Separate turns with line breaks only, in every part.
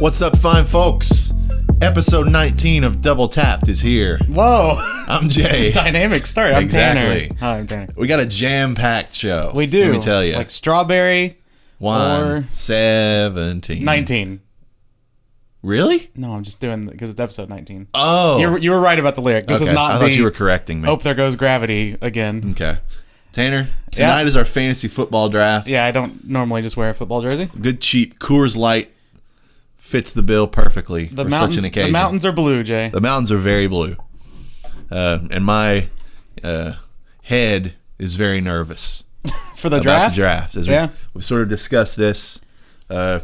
What's up, fine folks? Episode 19 of Double Tapped is here.
Whoa.
I'm Jay.
Dynamic start. I'm
Exactly.
Tanner. Hi, I'm Tanner.
We got a jam packed show.
We do.
Let me tell you.
Like strawberry
One,
four-
17.
19.
Really?
No, I'm just doing because it's episode 19.
Oh.
You're, you were right about the lyric. This
okay.
is not
I
the
thought you were Mm. correcting me.
Hope There Goes Gravity again.
Okay. Tanner, tonight is our fantasy football draft.
Yeah, I don't normally just wear a football jersey.
Good, cheap Coors Light fits the bill perfectly
The
for
mountains
such an occasion.
the mountains are blue, Jay.
The mountains are very blue. Uh, and my uh, head is very nervous.
For the
about
draft.
the draft. As
Yeah.
we, we sort of discussed this, uh,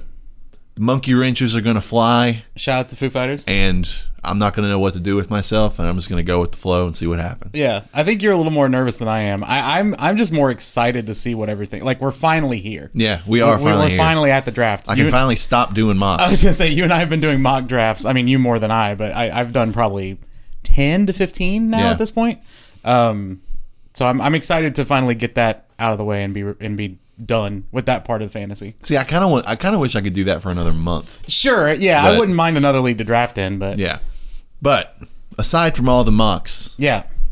monkey wrenches are going to fly,
Shout out to Foo Fighters.
and I'm not going to know what to do with myself, and I'm just going to go with the flow and see what happens.
Yeah, I think you're a little more nervous than I am. I, I'm I'm just more excited to see what everything. Like we're finally here.
Yeah, we are
we're,
finally
we're
here.
finally at the draft.
I
You-
can finally stop doing
I was
mocks.
gonna say you and I have been doing mock drafts. I mean, you more than I, but I, I've done probably ten to fifteen now
Yeah.
at this point. Um, so I'm, I'm excited to finally get that out of the way and be and be done with that part of fantasy.
See, I kind of want. I kind of wish I could do that for another month.
Sure, yeah,
But-
I wouldn't mind another league to draft in, but yeah,
Yeah, but aside from all the mocks,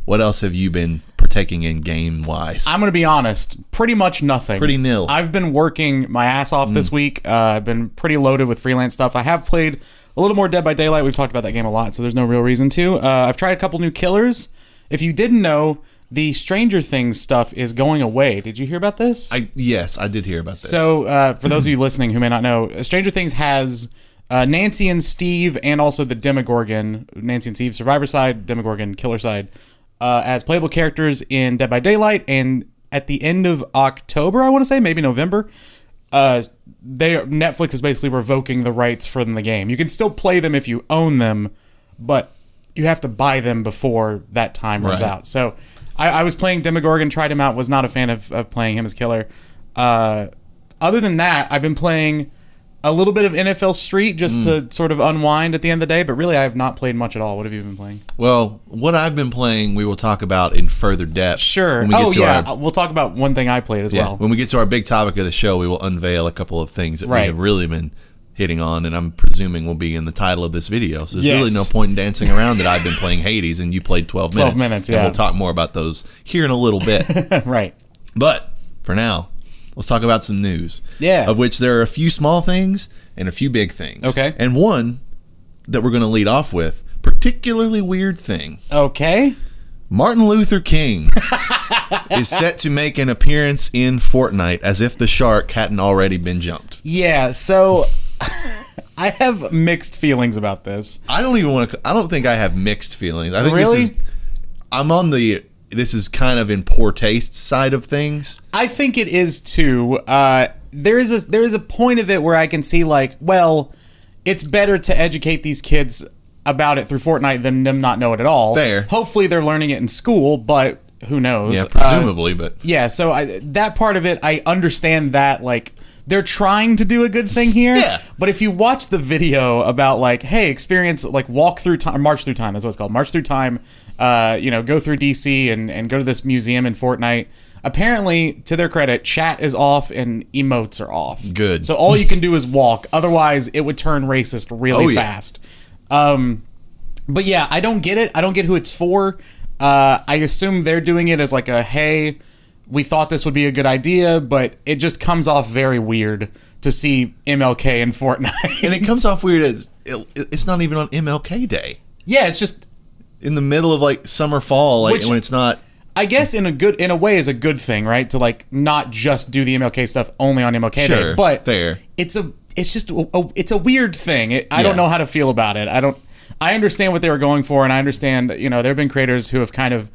what else have you been partaking in game wise?
I'm gonna be honest, pretty much nothing.
Pretty nil. Mm.
I've been working my ass off this week. Uh, I've been pretty loaded with freelance stuff. I have played a little more Dead by Daylight. We've talked about that game a lot, so there's no real reason to. Uh, I've tried a couple new killers. If you didn't know, the Stranger Things stuff is going away. Did you hear about this?
I yes, I did hear about this.
So, uh, for those of you listening who may not know, Stranger Things has uh, Nancy and Steve, and also the Demogorgon, Nancy and Steve survivor side, Demogorgon killer side, uh, as playable characters in Dead by Daylight. And at the end of October, I want to say maybe November, uh, they Netflix is basically revoking the rights from the game. You can still play them if you own them, but you have to buy them before that time runs
Right.
out. So I, I was playing Demogorgon, tried him out, was not a fan of, of playing him as killer. Uh, other than that, I've been playing a little bit of NFL Street just to sort of unwind at the end of the day, but really I have not played much at all. What have you been playing?
well, what I've been playing, we will talk about in further depth.
Sure.
When we get
Oh,
to
yeah.
our
We'll talk about one thing I played as
Yeah.
well.
When we get to our big topic of the show, we will unveil a couple of things that we
Right.
have really been hitting on, and I'm presuming will be in the title of this video. So there's
Yes.
really no point in dancing around that I've been playing Hades and you played 12 minutes.
12 minutes,
And
yeah.
we'll talk more about those here in a little bit.
right.
but for now, let's talk about some news.
Yeah.
Of which there are a few small things and a few big things.
Okay.
And one that we're going to lead off with, particularly weird thing.
Okay.
Martin Luther King is set to make an appearance in Fortnite as if the shark hadn't already been jumped.
Yeah. So I have mixed feelings about this.
I don't even want to. I don't think I have mixed feelings. I think
Really?
this is. I'm on the. This is kind of in poor taste side of things.
I think it is too. Uh, there is a there is a point of it where I can see like, well, it's better to educate these kids about it through Fortnite than them not know it at all.
Fair.
Hopefully, they're learning it in school, but who knows?
Yeah,
Uh,
presumably, but
yeah. So I, that part of it, I understand that like. They're trying to do a good thing here,
Yeah.
but if you watch the video about like, hey, experience like walk through time, march through time, that's what it's called, march through time. Uh, you know, go through DC and and go to this museum in Fortnite. Apparently, to their credit, chat is off and emotes are off.
Good.
So all you can do is walk. Otherwise, it would turn racist really
Oh, yeah.
fast. Um, but yeah, I don't get it. I don't get who it's for. Uh, I assume they're doing it as like a hey, we thought this would be a good idea, but it just comes off very weird to see MLK in Fortnite.
and it comes off weird as it, it's not even on MLK Day
yeah, it's just
in the middle of like summer fall, like
Which-
when it's not.
I guess in a good in a way is a good thing, right? To like not just do the MLK stuff only on MLK
Sure,
Day, but
fair.
it's a it's just a, a- it's a weird thing. It, I
Yeah.
don't know how to feel about it. I don't. I understand what they were going for, and I understand you know there have been creators who have kind of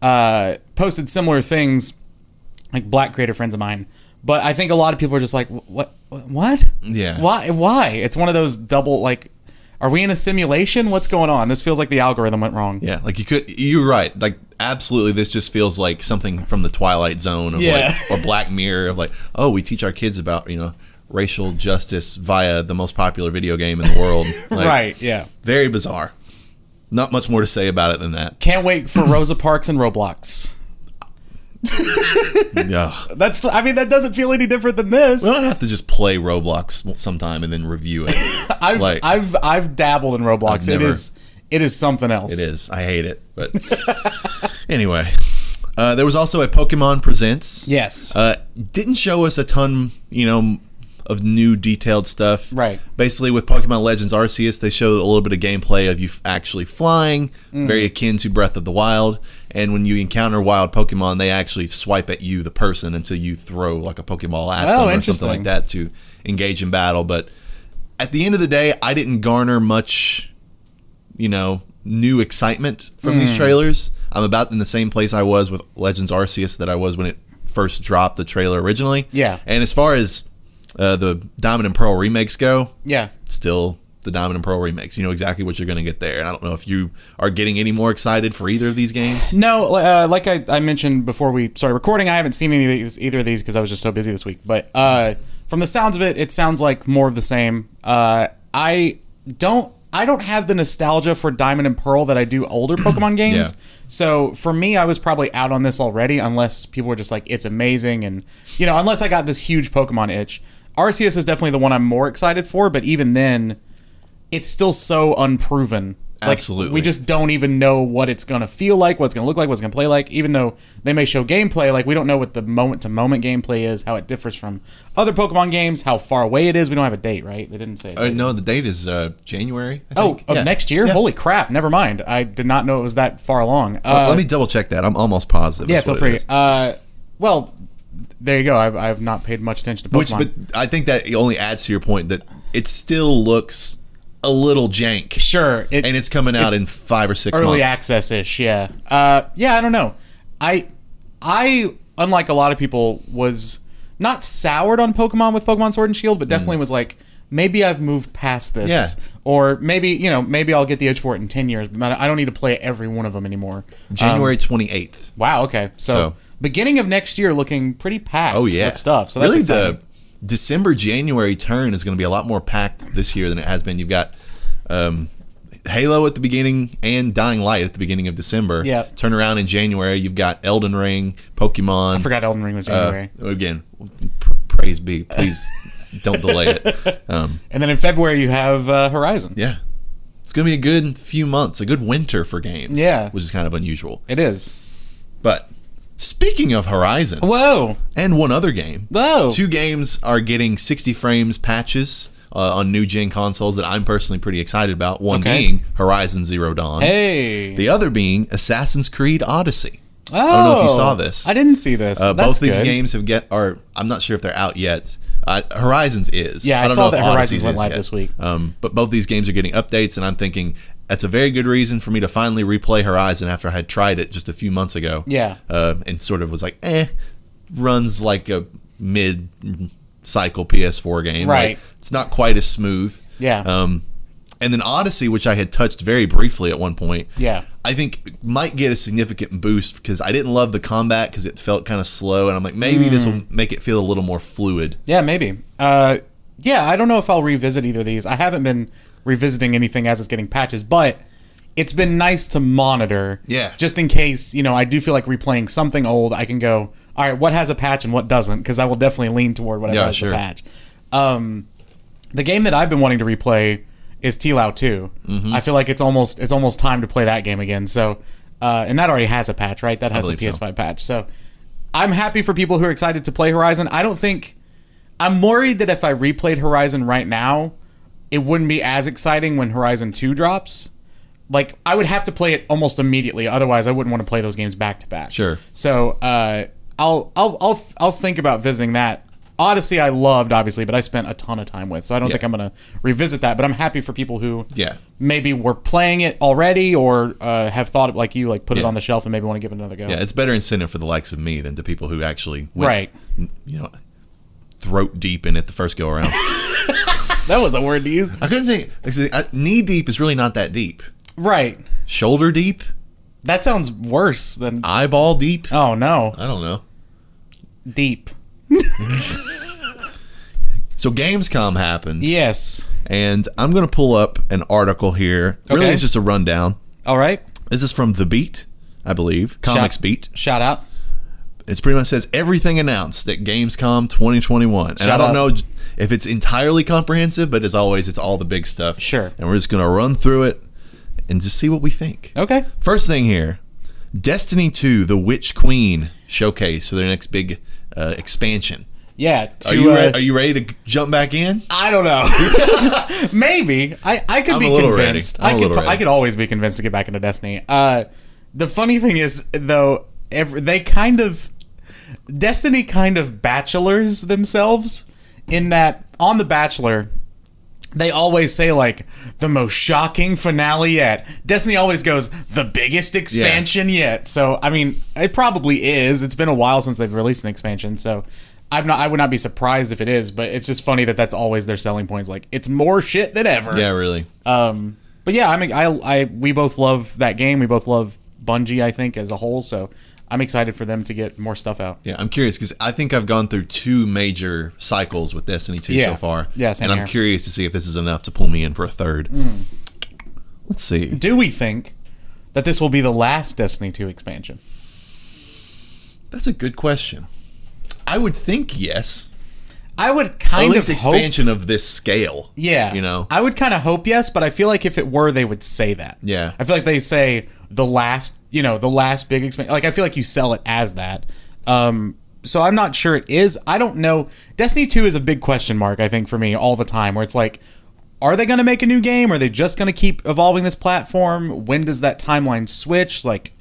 uh, posted similar things, like black creator friends of mine. But I think a lot of people are just like, "Wh- what, wh- what,
Yeah.
why, why? It's one of those double like, are we in a simulation? What's going on? This feels like the algorithm went wrong.
Yeah, like you could. You're right. Like absolutely, this just feels like something from the Twilight Zone of
Yeah.
like, or Black Mirror of like, oh, we teach our kids about you know racial justice via the most popular video game in the world. Like,
right. Yeah.
Very bizarre. Not much more to say about it than that.
Can't wait for Rosa Parks and Roblox.
Yeah.
That's I mean that doesn't feel any different than this.
We might have to just play Roblox sometime and then review it.
I've
like-
I've I've dabbled in Roblox. It
never-
is it is something else.
It is. I hate it. But anyway, uh, there was also a Pokemon Presents.
Yes.
Uh, didn't show us a ton, you know, of new detailed stuff.
Right.
Basically, with Pokemon Legends Arceus, they showed a little bit of gameplay of you f- actually flying,
Mm.
very akin to Breath of the Wild. And when you encounter wild Pokemon, they actually swipe at you, the person, until you throw like a Pokeball at
Oh,
them or
interesting.
something like that to engage in battle. But at the end of the day, I didn't garner much you know, new excitement from
Hmm.
these trailers. I'm about in the same place I was with Legends Arceus that I was when it first dropped the trailer originally.
Yeah.
And as far as uh, the Diamond and Pearl remakes go,
yeah.
still the Diamond and Pearl remakes. You know exactly what you're going to get there. And I don't know if you are getting any more excited for either of these games.
No, uh, like I, I mentioned before we started recording, I haven't seen any of these, either of these because I was just so busy this week. But uh, from the sounds of it, it sounds like more of the same. Uh, I don't I don't have the nostalgia for Diamond and Pearl that I do older Pokemon games.
Yeah.
So for me, I was probably out on this already, unless people were just like, "It's amazing," and you know, unless I got this huge Pokemon itch. Arceus is definitely the one I'm more excited for, but even then, it's still so unproven. Like,
Absolutely.
we just don't even know what it's gonna feel like, what it's gonna look like, what it's gonna play like. Even though they may show gameplay, like we don't know what the moment to moment gameplay is, how it differs from other Pokemon games, how far away it is. We don't have a date, right? They didn't say. a
Uh,
date.
no, the date is uh, January. I
Oh,
think.
of
Yeah.
next year?
Yeah.
Holy crap! Never mind. I did not know it was that far along.
Let-
Uh,
Let me double check that. I'm almost positive.
yeah,
that's
feel
what it
free.
is.
Uh, well, there you go. I've, I've not paid much attention to
Which,
Pokemon.
but I think that only adds to your point that it still looks a little jank.
sure, it,
and it's coming out
it's
in five or six
early
months.
access ish. Yeah. Uh, yeah. I don't know. I I unlike a lot of people was not soured on Pokemon with Pokemon Sword and Shield, but definitely was like maybe I've moved past this.
Mm. Yeah.
Or maybe you know maybe I'll get the edge for it in ten years, but I don't need to play every one of them anymore.
January twenty eighth.
Wow. Okay. So,
So-
beginning of next year, looking pretty packed.
Oh yeah,
with stuff. So that's
really
exciting.
the December January turn is going to be a lot more packed this year than it has been. You've got um, Halo at the beginning and Dying Light at the beginning of December.
Yeah.
turn around in January. You've got Elden Ring, Pokemon. uh,
I forgot Elden Ring was January.
again, pr- praise be. Please don't delay it.
and then in February you have uh, Horizon.
Yeah, it's going to be a good few months, a good winter for games.
Yeah.
which is kind of unusual.
It is.
But speaking of Horizon,
Whoa.
and one other game.
Whoa.
Two games are getting 60 frames patches uh, on new gen consoles that I'm personally pretty excited about. One
Okay.
being Horizon Zero Dawn.
Hey.
The other being Assassin's Creed Odyssey.
oh.
don't know if you saw this.
I didn't see this.
Uh,
That's
both these
good.
games have get are I'm not sure if they're out yet. Uh, Horizons is.
Yeah, I
don't
saw
know if
that
Odyssey's
Horizons went
is
live
yet.
this week.
Um, but both these games are getting updates, and I'm thinking that's a very good reason for me to finally replay Horizon after I had tried it just a few months ago.
Yeah.
uh, and sort of was like, eh, runs like a mid cycle PS4 game. Like,
Right.
it's not quite as smooth.
Yeah.
Um, and then Odyssey, which I had touched very briefly at one point.
Yeah.
I think might get a significant boost because I didn't love the combat because it felt kind of slow, and I'm like, maybe this
Mm.
will make it feel a little more fluid.
Yeah, maybe. Uh, yeah, I don't know if I'll revisit either of these. I haven't been revisiting anything as it's getting patches, but it's been nice to monitor.
Yeah.
Just in case, you know, I do feel like replaying something old, I can go, all right, what has a patch and what doesn't? Because I will definitely lean toward whatever
Yeah,
has
sure.
the patch. Um, the game that I've been wanting to replay is T-Lao 2.
Mm-hmm.
I feel like it's almost it's almost time to play that game again. So, uh, and that already has a patch, right? That has a
believe so.
PS5 patch. So, I'm happy for people who are excited to play Horizon. I don't think I'm worried that if I replayed Horizon right now, it wouldn't be as exciting when Horizon 2 drops. Like I would have to play it almost immediately, otherwise I wouldn't want to play those games back to back.
Sure.
So uh, I'll I'll I'll I'll think about visiting that. Odyssey I loved obviously, but I spent a ton of time with, so I don't think I'm gonna revisit that. But I'm happy for people who
Yeah.
maybe were playing it already or uh, have thought of, like you like put it on the shelf and maybe want to give it another go.
Yeah, it's better incentive for the likes of me than to people who actually went,
Right.
You know, throat deep in it the first go around.
That was a word to use.
I couldn't think. like, see, I- Knee deep is really not that deep.
Right.
Shoulder deep,
That sounds worse than
eyeball deep.
Oh no.
I don't know.
Deep.
So Gamescom happened,
Yes.
and I'm gonna pull up an article here. Really,
Okay.
it's just a rundown.
All right.
This is from The Beat, I believe, Comics Beat.
Shout out.
It's pretty much says everything announced at Gamescom 2021, and
Shut
I don't
up.
know j- if it's entirely comprehensive, but as always, it's all the big stuff.
Sure.
and we're just gonna run through it and just see what we think.
Okay.
First thing here, Destiny 2, the Witch Queen showcase, so their next big uh, expansion.
Yeah.
Are
to,
you
uh,
re- are you ready to jump back in?
I don't know. Maybe I, I could
I'm
be
a little ready.
convinced.
I'm a
I could
little
t-
ready.
I could always be convinced to get back into Destiny. Uh, the funny thing is though, every, they kind of Destiny kind of bachelors themselves in that on the Bachelor. They always say like the most shocking finale yet. Destiny always goes the biggest expansion yet. So I mean, it probably is. It's been a while since they've released an expansion, so I'm not. I would not be surprised if it is. But it's just funny that that's always their selling points. Like it's more shit than ever.
Yeah, really.
Um. But yeah, I mean, I, I, we both love that game. We both love Bungie. I think as a whole. So I'm excited for them to get more stuff out.
Yeah, I'm curious because I think I've gone through two major cycles with Destiny 2 so
Yeah.
far.
Yeah, same
and I'm
here. Mm.
curious to see if this is enough to pull me in for a third. Let's see.
Do we think that this will be the last Destiny 2 expansion?
That's a good question. I would think yes.
I would
At
kind
least
of hope.
expansion of this scale.
Yeah.
You know.
I would kind of hope yes, but I feel like if it were, they would say that.
Yeah.
I feel like they say the last, you know, the last big expansion. Like, I feel like you sell it as that. Um, so I'm not sure it is. I don't know. Destiny 2 is a big question mark, I think, for me all the time, where it's like, are they going to make a new game? Are they just going to keep evolving this platform? When does that timeline switch? Like,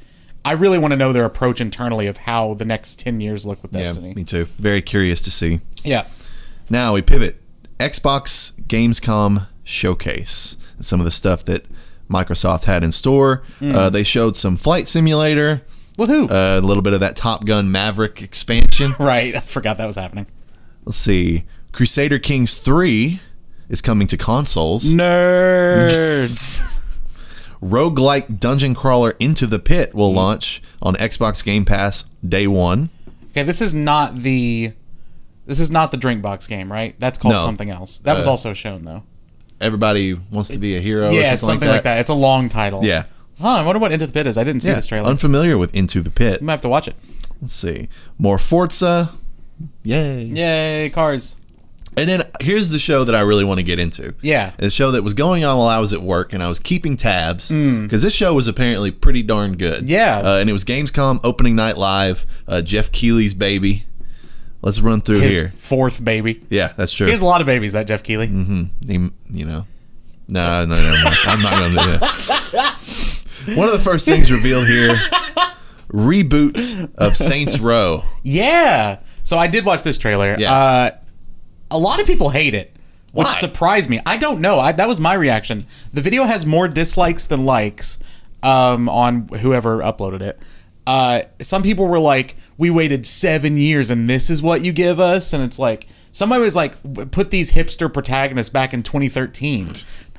I really want to know their approach internally of how the next 10 years look with
yeah,
Destiny.
me too. Very curious to see.
Yeah.
Now we pivot. Xbox Gamescom Showcase. Some of the stuff that Microsoft had in store.
Hmm.
Uh, they showed some Flight Simulator,
Woohoo.
uh, a little bit of that Top Gun Maverick expansion.
right. I forgot that was happening.
Let's see. Crusader Kings 3 is coming to consoles.
Nerds.
Roguelike Dungeon Crawler Into the Pit
Mm.
will launch on Xbox Game Pass day one.
okay, this is not the this is not the drink box game, right? That's called
No. Uh,
something else. That was also shown though.
Everybody wants to be a hero
Yeah,
or
something
something,
like that. It's a long title.
Yeah.
Huh, I wonder what Into the Pit is. I didn't see
Yeah,
this trailer. Mm.
unfamiliar with Into the Pit.
I might have to watch it.
Let's see. More Forza. Yay.
Yay, cars.
And then here's the show that I really want to get into.
Yeah.
The show that was going on while I was at work and I was keeping tabs because this show was apparently pretty darn good.
Mm. Yeah.
Uh, and it was Gamescom opening night live, uh, Jeff Keeley's baby. Let's run through
His
here.
fourth baby.
Yeah, that's true.
He has a lot of babies, that Jeff Keeley.
Mm-hmm. He- you know, no, no, no, no. I'm not going to do that. One of the first things revealed here reboot of Saints Row.
Yeah. So I did watch this trailer.
Yeah.
Uh, a lot of people hate it, which
Why?
surprised me. I don't know. I, that was my reaction. The video has more dislikes than likes um, on whoever uploaded it. Uh, some people were like, "We waited seven years, and this is what you give us," and it's like somebody was like, "W- "Put these hipster protagonists back in 2013." I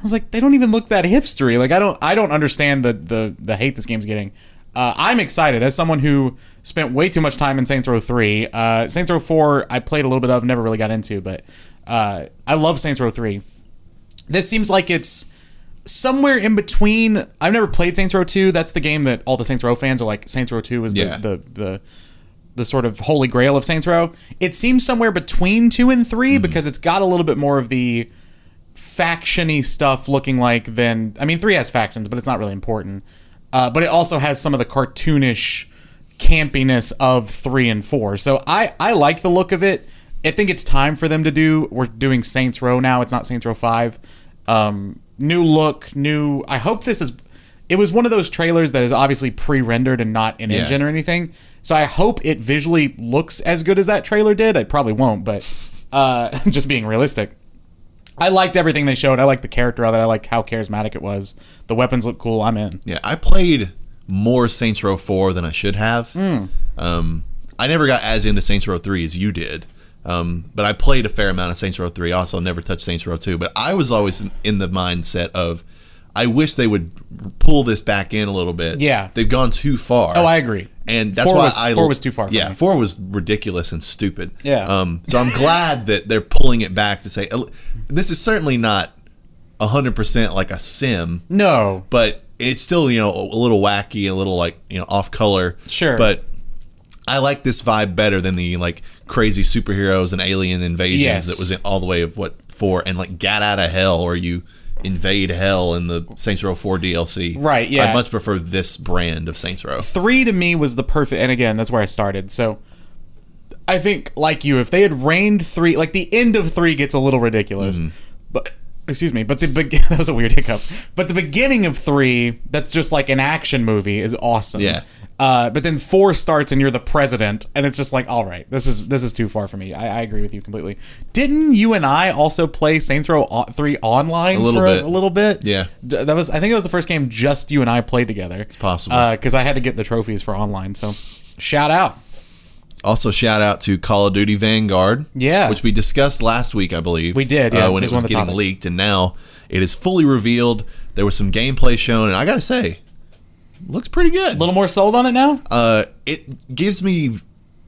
was like, "They don't even look that hipstery." Like, I don't, I don't understand the the the hate this game's getting. Uh, I'm excited as someone who spent way too much time in Saints Row 3. Uh, Saints Row 4, I played a little bit of, never really got into, but uh, I love Saints Row 3. This seems like it's somewhere in between. I've never played Saints Row 2. That's the game that all the Saints Row fans are like, Saints Row 2 is the,
Yeah.
the, the, the sort of holy grail of Saints Row. It seems somewhere between 2 and 3 because it's got a little bit more of the factiony stuff looking like than I mean, three has factions, but it's not really important. Uh, but it also has some of the cartoonish campiness of three and four. So I I like the look of it. I think it's time for them to do. We're doing Saints Row now. It's not Saints Row Five. Um, new look, new. I hope this is. It was one of those trailers that is obviously pre-rendered and not in engine or anything. So I hope it visually looks as good as that trailer did. It probably won't, but uh, just being realistic. I liked everything they showed. I liked the character of it. I liked how charismatic it was. The weapons look cool. I'm in.
Yeah, I played more Saints Row 4 than I should have.
Hmm.
Um, I never got as into Saints Row 3 as you did. Um, but I played a fair amount of Saints Row 3. Also, never touched Saints Row 2. But I was always in- in the mindset of, I wish they would pull this back in a little bit.
Yeah.
They've gone too far.
Oh, I agree.
And that's
Four
why
was-
I.
four was too far for
yeah,
me.
four was ridiculous and stupid.
Yeah.
Um, so I'm glad that they're pulling it back to say, this is certainly not 100% like a sim
No.
but it's still you know a little wacky, a little like you know off color.
Sure.
But I like this vibe better than the like crazy superheroes and alien invasions
Yes.
that was in all the way of what four and like get out of hell or you invade hell in the Saints Row Four DLC.
Right, yeah.
I much prefer this brand of Saints Row.
three to me was the perfect and again that's where i started so i think like you if they had reigned three like the end of three gets a little ridiculous
Mm-hmm.
but excuse me but the be- that was a weird hiccup but the beginning of three that's just like an action movie is awesome
Yeah.
uh, but then four starts and you're the president and it's just like all right this is this is too far for me i, I agree with you completely didn't you and i also play saints row o- 3 online
little
for
bit.
a little bit
Yeah.
D- that was i think it was the first game just you and i played together it's
possible.
because Uh, I had to get the trophies for online. So shout out.
Also, shout out to Call of Duty Vanguard.
Yeah.
Which we discussed last week, I believe.
We did, yeah.
uh, when it
It
was,
was one of the
getting
topics.
leaked, and now it is fully revealed. There was some gameplay shown, and I gotta say, looks pretty good.
A little more sold on it now.
Uh, it gives me,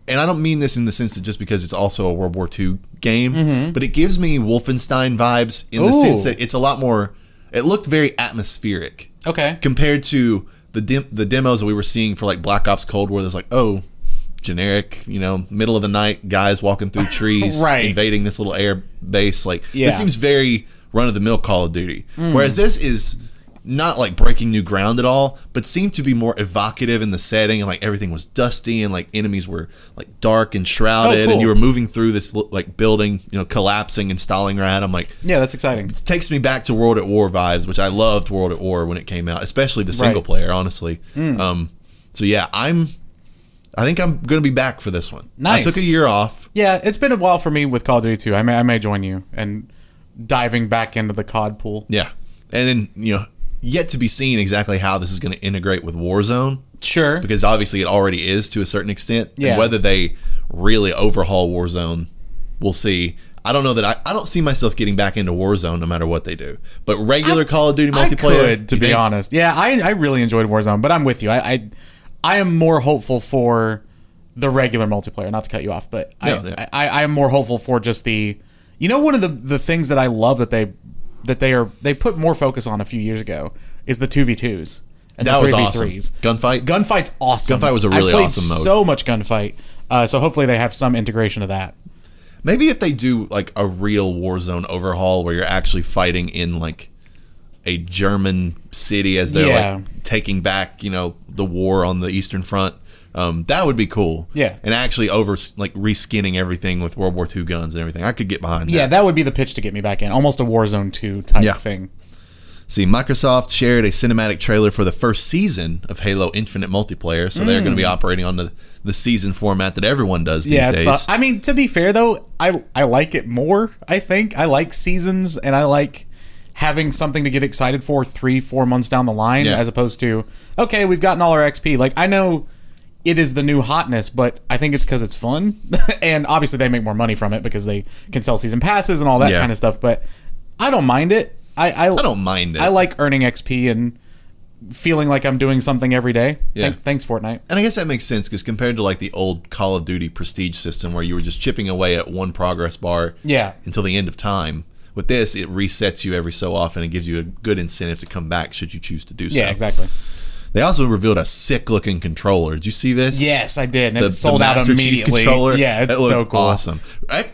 and I don't mean this in the sense that just because it's also a World War II game, but it gives me Wolfenstein vibes in the
Mm-hmm. Ooh.
sense that it's a lot more. It looked very atmospheric
okay.
compared to the dem- the demos that we were seeing for like Black Ops Cold War. There's like, oh, generic, you know, middle of the night guys walking through trees,
Right.
invading this little air base. Like,
Yeah. Mm.
this seems very run of the mill Call of Duty. Whereas this is not like breaking new ground at all, but seemed to be more evocative in the setting and like everything was dusty and like enemies were like dark and shrouded
Oh, cool.
and you were moving through this like building, you know, collapsing and Stalingrad. I'm like,
Yeah, that's exciting.
takes me back to World at War vibes, which I loved World at War when it came out, especially the single player, honestly.
Mm.
Um, so yeah, I'm. I think I'm going to be back for this one.
Nice.
I took a year off.
Yeah, it's been a while for me with Call of Duty 2. I may I may join you and diving back into the COD pool.
Yeah, and then you know, yet to be seen exactly how this is going to integrate with Warzone
Sure.
because obviously it already is to a certain extent.
Yeah.
And whether they really overhaul Warzone, we'll see. I don't know that I, I don't see myself getting back into Warzone no matter what they do. But regular Call of Duty
I
multiplayer,
could, to
you
be
think?
honest. Yeah, I, I really enjoyed Warzone, but I'm with you. I, I I am more hopeful for the regular multiplayer. Not to cut you off, but
No,
I,
yeah.
I I am more hopeful for just the. You know, one of the the things that I love that they that they are they put more focus on a few years ago is the two v twos and
that
the
was
three v
awesome.
threes.
Gunfight,
Gunfight's awesome.
Gunfight was a really
I played
awesome mode.
So much gunfight. Uh, so hopefully they have some integration of that.
Maybe if they do like a real Warzone overhaul where you're actually fighting in like a German city as they're
Yeah.
like taking back, you know, the war on the Eastern Front. Um, that would be cool.
Yeah.
And actually over like reskinning everything with World War II guns and everything. I could get behind
Yeah,
that.
that would be the pitch to get me back in. Almost a Warzone two type
Yeah.
thing.
See, Microsoft shared a cinematic trailer for the first season of Halo Infinite multiplayer, so they're going to be operating on the, the season format that everyone does these
Mm. Yeah, it's
days.
not, I mean, to be fair though, I I like it more. I think I like seasons, and I like having something to get excited for three, four months down the line,
Yeah.
as opposed to okay, we've gotten all our XP. Like I know it is the new hotness, but I think it's because it's fun, and obviously they make more money from it because they can sell season passes and all that
Yeah.
kind of stuff. But I don't mind it. I I,
I don't mind it.
I like earning XP and feeling like I'm doing something every day.
Yeah.
Thank- thanks, Fortnite.
And I guess that makes sense because compared to like the old Call of Duty prestige system where you were just chipping away at one progress bar
Yeah.
until the end of time, with this, it resets you every so often and gives you a good incentive to come back should you choose to do so.
Yeah, exactly.
They also revealed a sick looking controller. Did you see this?
Yes, I did. And
The,
it
the
sold out
Master Chief
immediately.
controller.
Yeah, it's
That looked
so cool.
Awesome. I,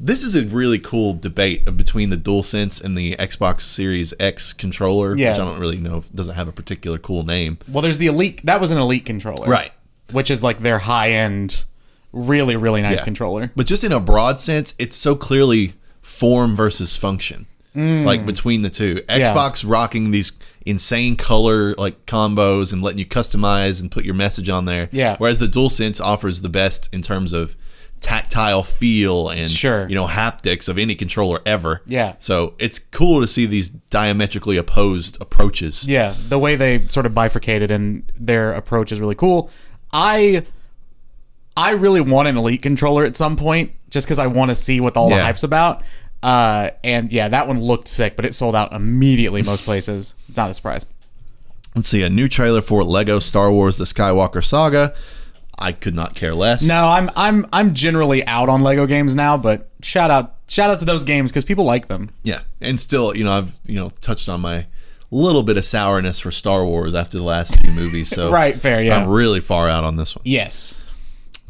this is a really cool debate between the DualSense and the Xbox Series X controller,
Yeah.
which I don't really know, doesn't have a particular cool name.
Well, there's the elite. That was an elite controller,
Right.
Which is like their high end, really really nice
Yeah.
controller.
But just in a broad sense, it's so clearly form versus function.
Mm.
Like between the two, Xbox rocking these insane color like combos and letting you customize and put your message on there.
Yeah.
Whereas the DualSense offers the best in terms of tactile feel and
Sure.
you know haptics of any controller ever.
Yeah.
So it's cool to see these diametrically opposed approaches.
Yeah, the way they sort of bifurcated and their approach is really cool. I I really want an elite controller at some point, just because I want to see what all the
Yeah.
hype's about. Uh, and yeah, that one looked sick, but it sold out immediately most places. Not a surprise.
Let's see a new trailer for Lego Star Wars: The Skywalker Saga. I could not care less.
No, I'm I'm I'm generally out on Lego games now, but shout out shout out to those games because people like them.
Yeah, and still, you know, I've you know touched on my little bit of sourness for Star Wars after the last few movies, so
Right, fair, yeah.
I'm really far out on this one.
Yes.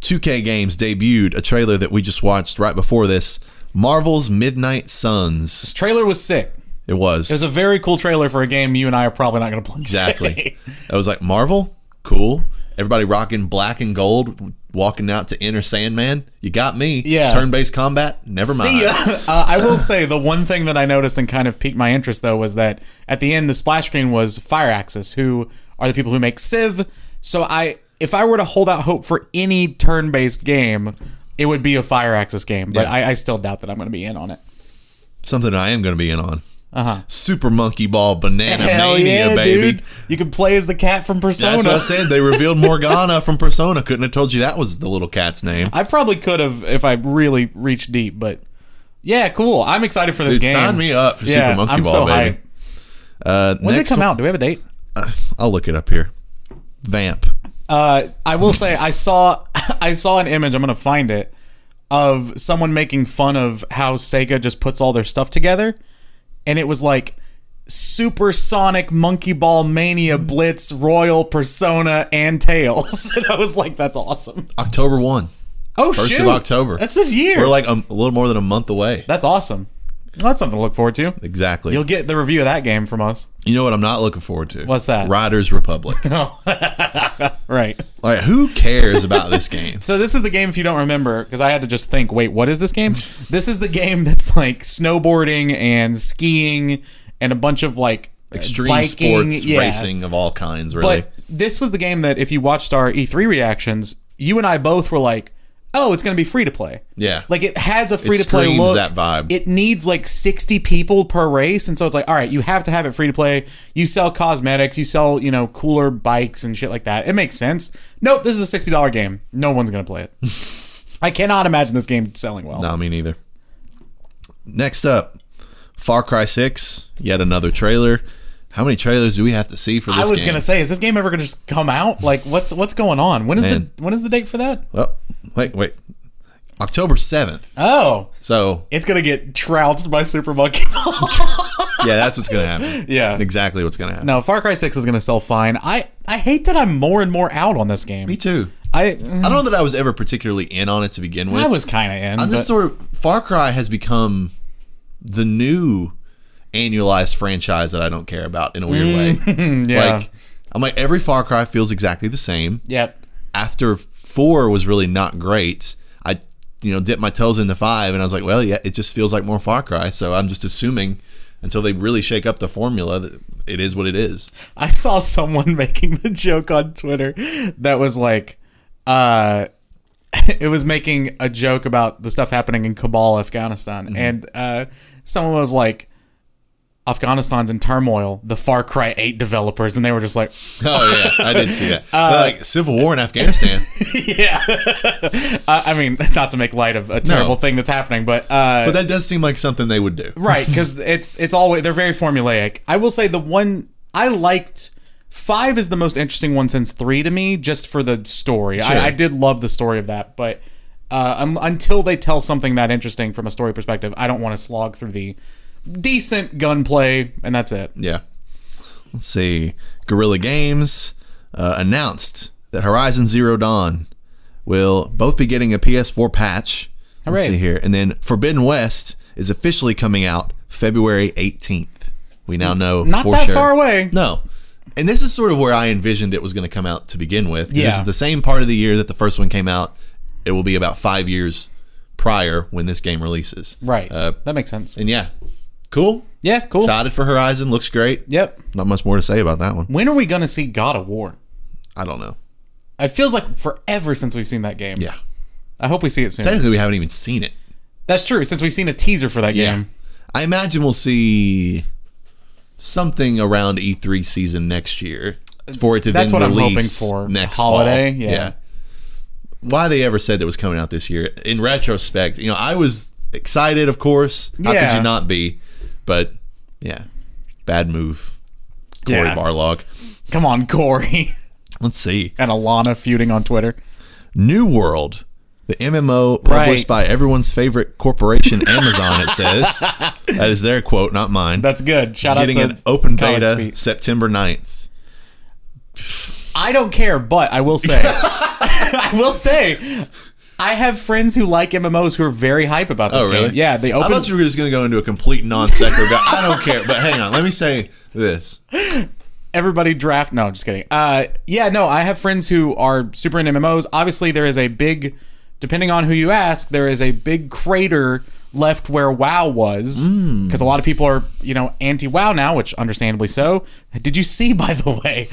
2K Games debuted a trailer that we just watched right before this Marvel's Midnight Suns.
This trailer was sick.
It was.
It was a very cool trailer for a game you and I are probably not going to play.
exactly. I was like, Marvel? Cool. Everybody rocking black and gold, walking out to Inner Sandman. You got me.
Yeah.
Turn based combat? Never mind.
See ya. Uh, I will say the one thing that I noticed and kind of piqued my interest though was that at the end the splash screen was Fire Axis, who are the people who make Civ. So I, if I were to hold out hope for any turn-based game, it would be a Fire Axis game. But
Yeah.
I, I still doubt that I'm going to be in on it.
Something I am going to be in on. Uh huh. Super Monkey Ball Banana
Uh-huh. Hell
Mania,
yeah,
baby.
dude! You can play as the cat from Persona.
That's what I said. They revealed Morgana from Persona. Couldn't have told you that was the little cat's name.
I probably could have if I really reached deep, but yeah, cool. I'm excited for this
Dude,
game.
sign me up for
yeah,
Super Monkey
I'm
Ball,
so
baby.
hyped.
Uh,
When does
next
it come
one- uh,
out? Do we have a date?
I'll look it up here. Vamp.
Uh, I will say I saw I saw an image. I'm gonna find it of someone making fun of how Sega just puts all their stuff together, and it was like supersonic monkey ball mania blitz royal persona and tails and i was like that's awesome
October 1.
oh
First
shoot
of October.
that's this year
We're like a, a little more than a month away.
that's awesome Well, that's something to look forward to
Exactly.
You'll get the review of that game from us.
you know what I'm not looking forward to?
What's that?
Riders Republic.
Right.
like, who cares about this game?
So this is the game if you don't remember because I had to just think, wait, what is this game? this is the game that's like snowboarding and skiing and a bunch of like
Extreme
biking,
sports
yeah.
racing of all kinds, really.
But this was the game that if you watched our E3 reactions, you and I both were like, "Oh, it's going to be free to play."
Yeah.
Like it has a free to play
screams
look.
that vibe.
It needs like 60 people per race, and so it's like, "All right, you have to have it free to play. You sell cosmetics, you sell, you know, cooler bikes and shit like that. It makes sense." Nope, this is a $60 game. No one's going to play it. I cannot imagine this game selling well.
no, me neither. Next up, Far Cry 6. Yet another trailer. How many trailers do we have to see for this
I was
game?
gonna say, is this game ever gonna just come out? Like, what's what's going on? When is
Man.
the when is the date for that?
Well, wait, wait. October 7th.
Oh,
So,
it's gonna get trounced by Super Monkey Ball.
yeah, that's what's going to happen.
Yeah.
Exactly what's going to happen.
No, Far Cry Six is gonna sell fine. I I hate that I'm more and more out on this game.
Me too.
I
I don't know that I was ever particularly in on it to begin with.
I was kind of in.
I'm just
but
sort of Far Cry has become the new annualized franchise that I don't care about in a weird way.
yeah.
Like I'm like every Far Cry feels exactly the same.
yeah,
After four was really not great. I you know dipped my toes into five and I was like, well, yeah, it just feels like more Far Cry. So I'm just assuming until they really shake up the formula that it is what it is.
I saw someone making the joke on Twitter that was like, uh, it was making a joke about the stuff happening in Kabul, Afghanistan, and uh, someone was like. Afghanistan's in turmoil. The Far Cry 8 developers, and they were just like,
Oh yeah, I did see that. like civil war in Afghanistan.
"Yeah." uh, I mean, not to make light of a terrible thing that's happening, but uh,
But that does seem like something they would do.
right because it's it's always they're very formulaic i will say the one i liked five is the most interesting one since three to me just for the story
Sure.
I, I did love the story of that but uh, um, until they tell something that interesting from a story perspective i don't want to slog through the decent gunplay and that's it
Yeah. Let's see. Guerrilla Games uh, announced that Horizon Zero Dawn will both be getting a PS4 patch. Let's
Hooray.
see here. And then Forbidden West is officially coming out February 18th. We now know
Not
for
that
sure.
far away.
No. And this is sort of where I envisioned it was going to come out to begin with. 'cause This
Yeah.
is the same part of the year that the first one came out. It will be about five years prior when this game releases.
right
Uh,
that makes sense
and yeah. Cool.
yeah cool
Excited for Horizon. Looks great.
yep
Not much more to say about that one.
when are we gonna see god of war
I don't know.
it feels like forever since we've seen that game
Yeah.
i hope we see it soon
Technically, we haven't even seen it.
that's true since we've seen a teaser for that game
I imagine we'll see something around E3 season next year for it to
That's
then
what I'm
release
hoping for.
next
Holiday?
fall.
Yeah.
Why they ever said that was coming out this year? In retrospect, you know, I was excited, of course. How could
Yeah.
you not be? But yeah, bad move, Corey
Yeah.
Barlog.
come on corey
Let's see.
and Alana feuding on Twitter.
New World, the MMO published by everyone's favorite corporation, Amazon. It says that is their quote, not mine.
That's good. Shout out
getting
to
an open
College
beta
Speed.
September 9th.
I don't care, but I will say I will say, I have friends who like MMOs who are very hype about this
Oh, really?
game. Yeah, they
I
open.
thought you were just going to go into a complete non sequitur. but I don't care. But hang on. Let me say this.
everybody draft. No, I'm just kidding. Uh, yeah, no, I have friends who are super into MMOs. Obviously, there is a big, depending on who you ask, there is a big crater left where WoW was
Hmm.
because a lot of people are you know anti-WoW now, which understandably so. Did you see, by the way,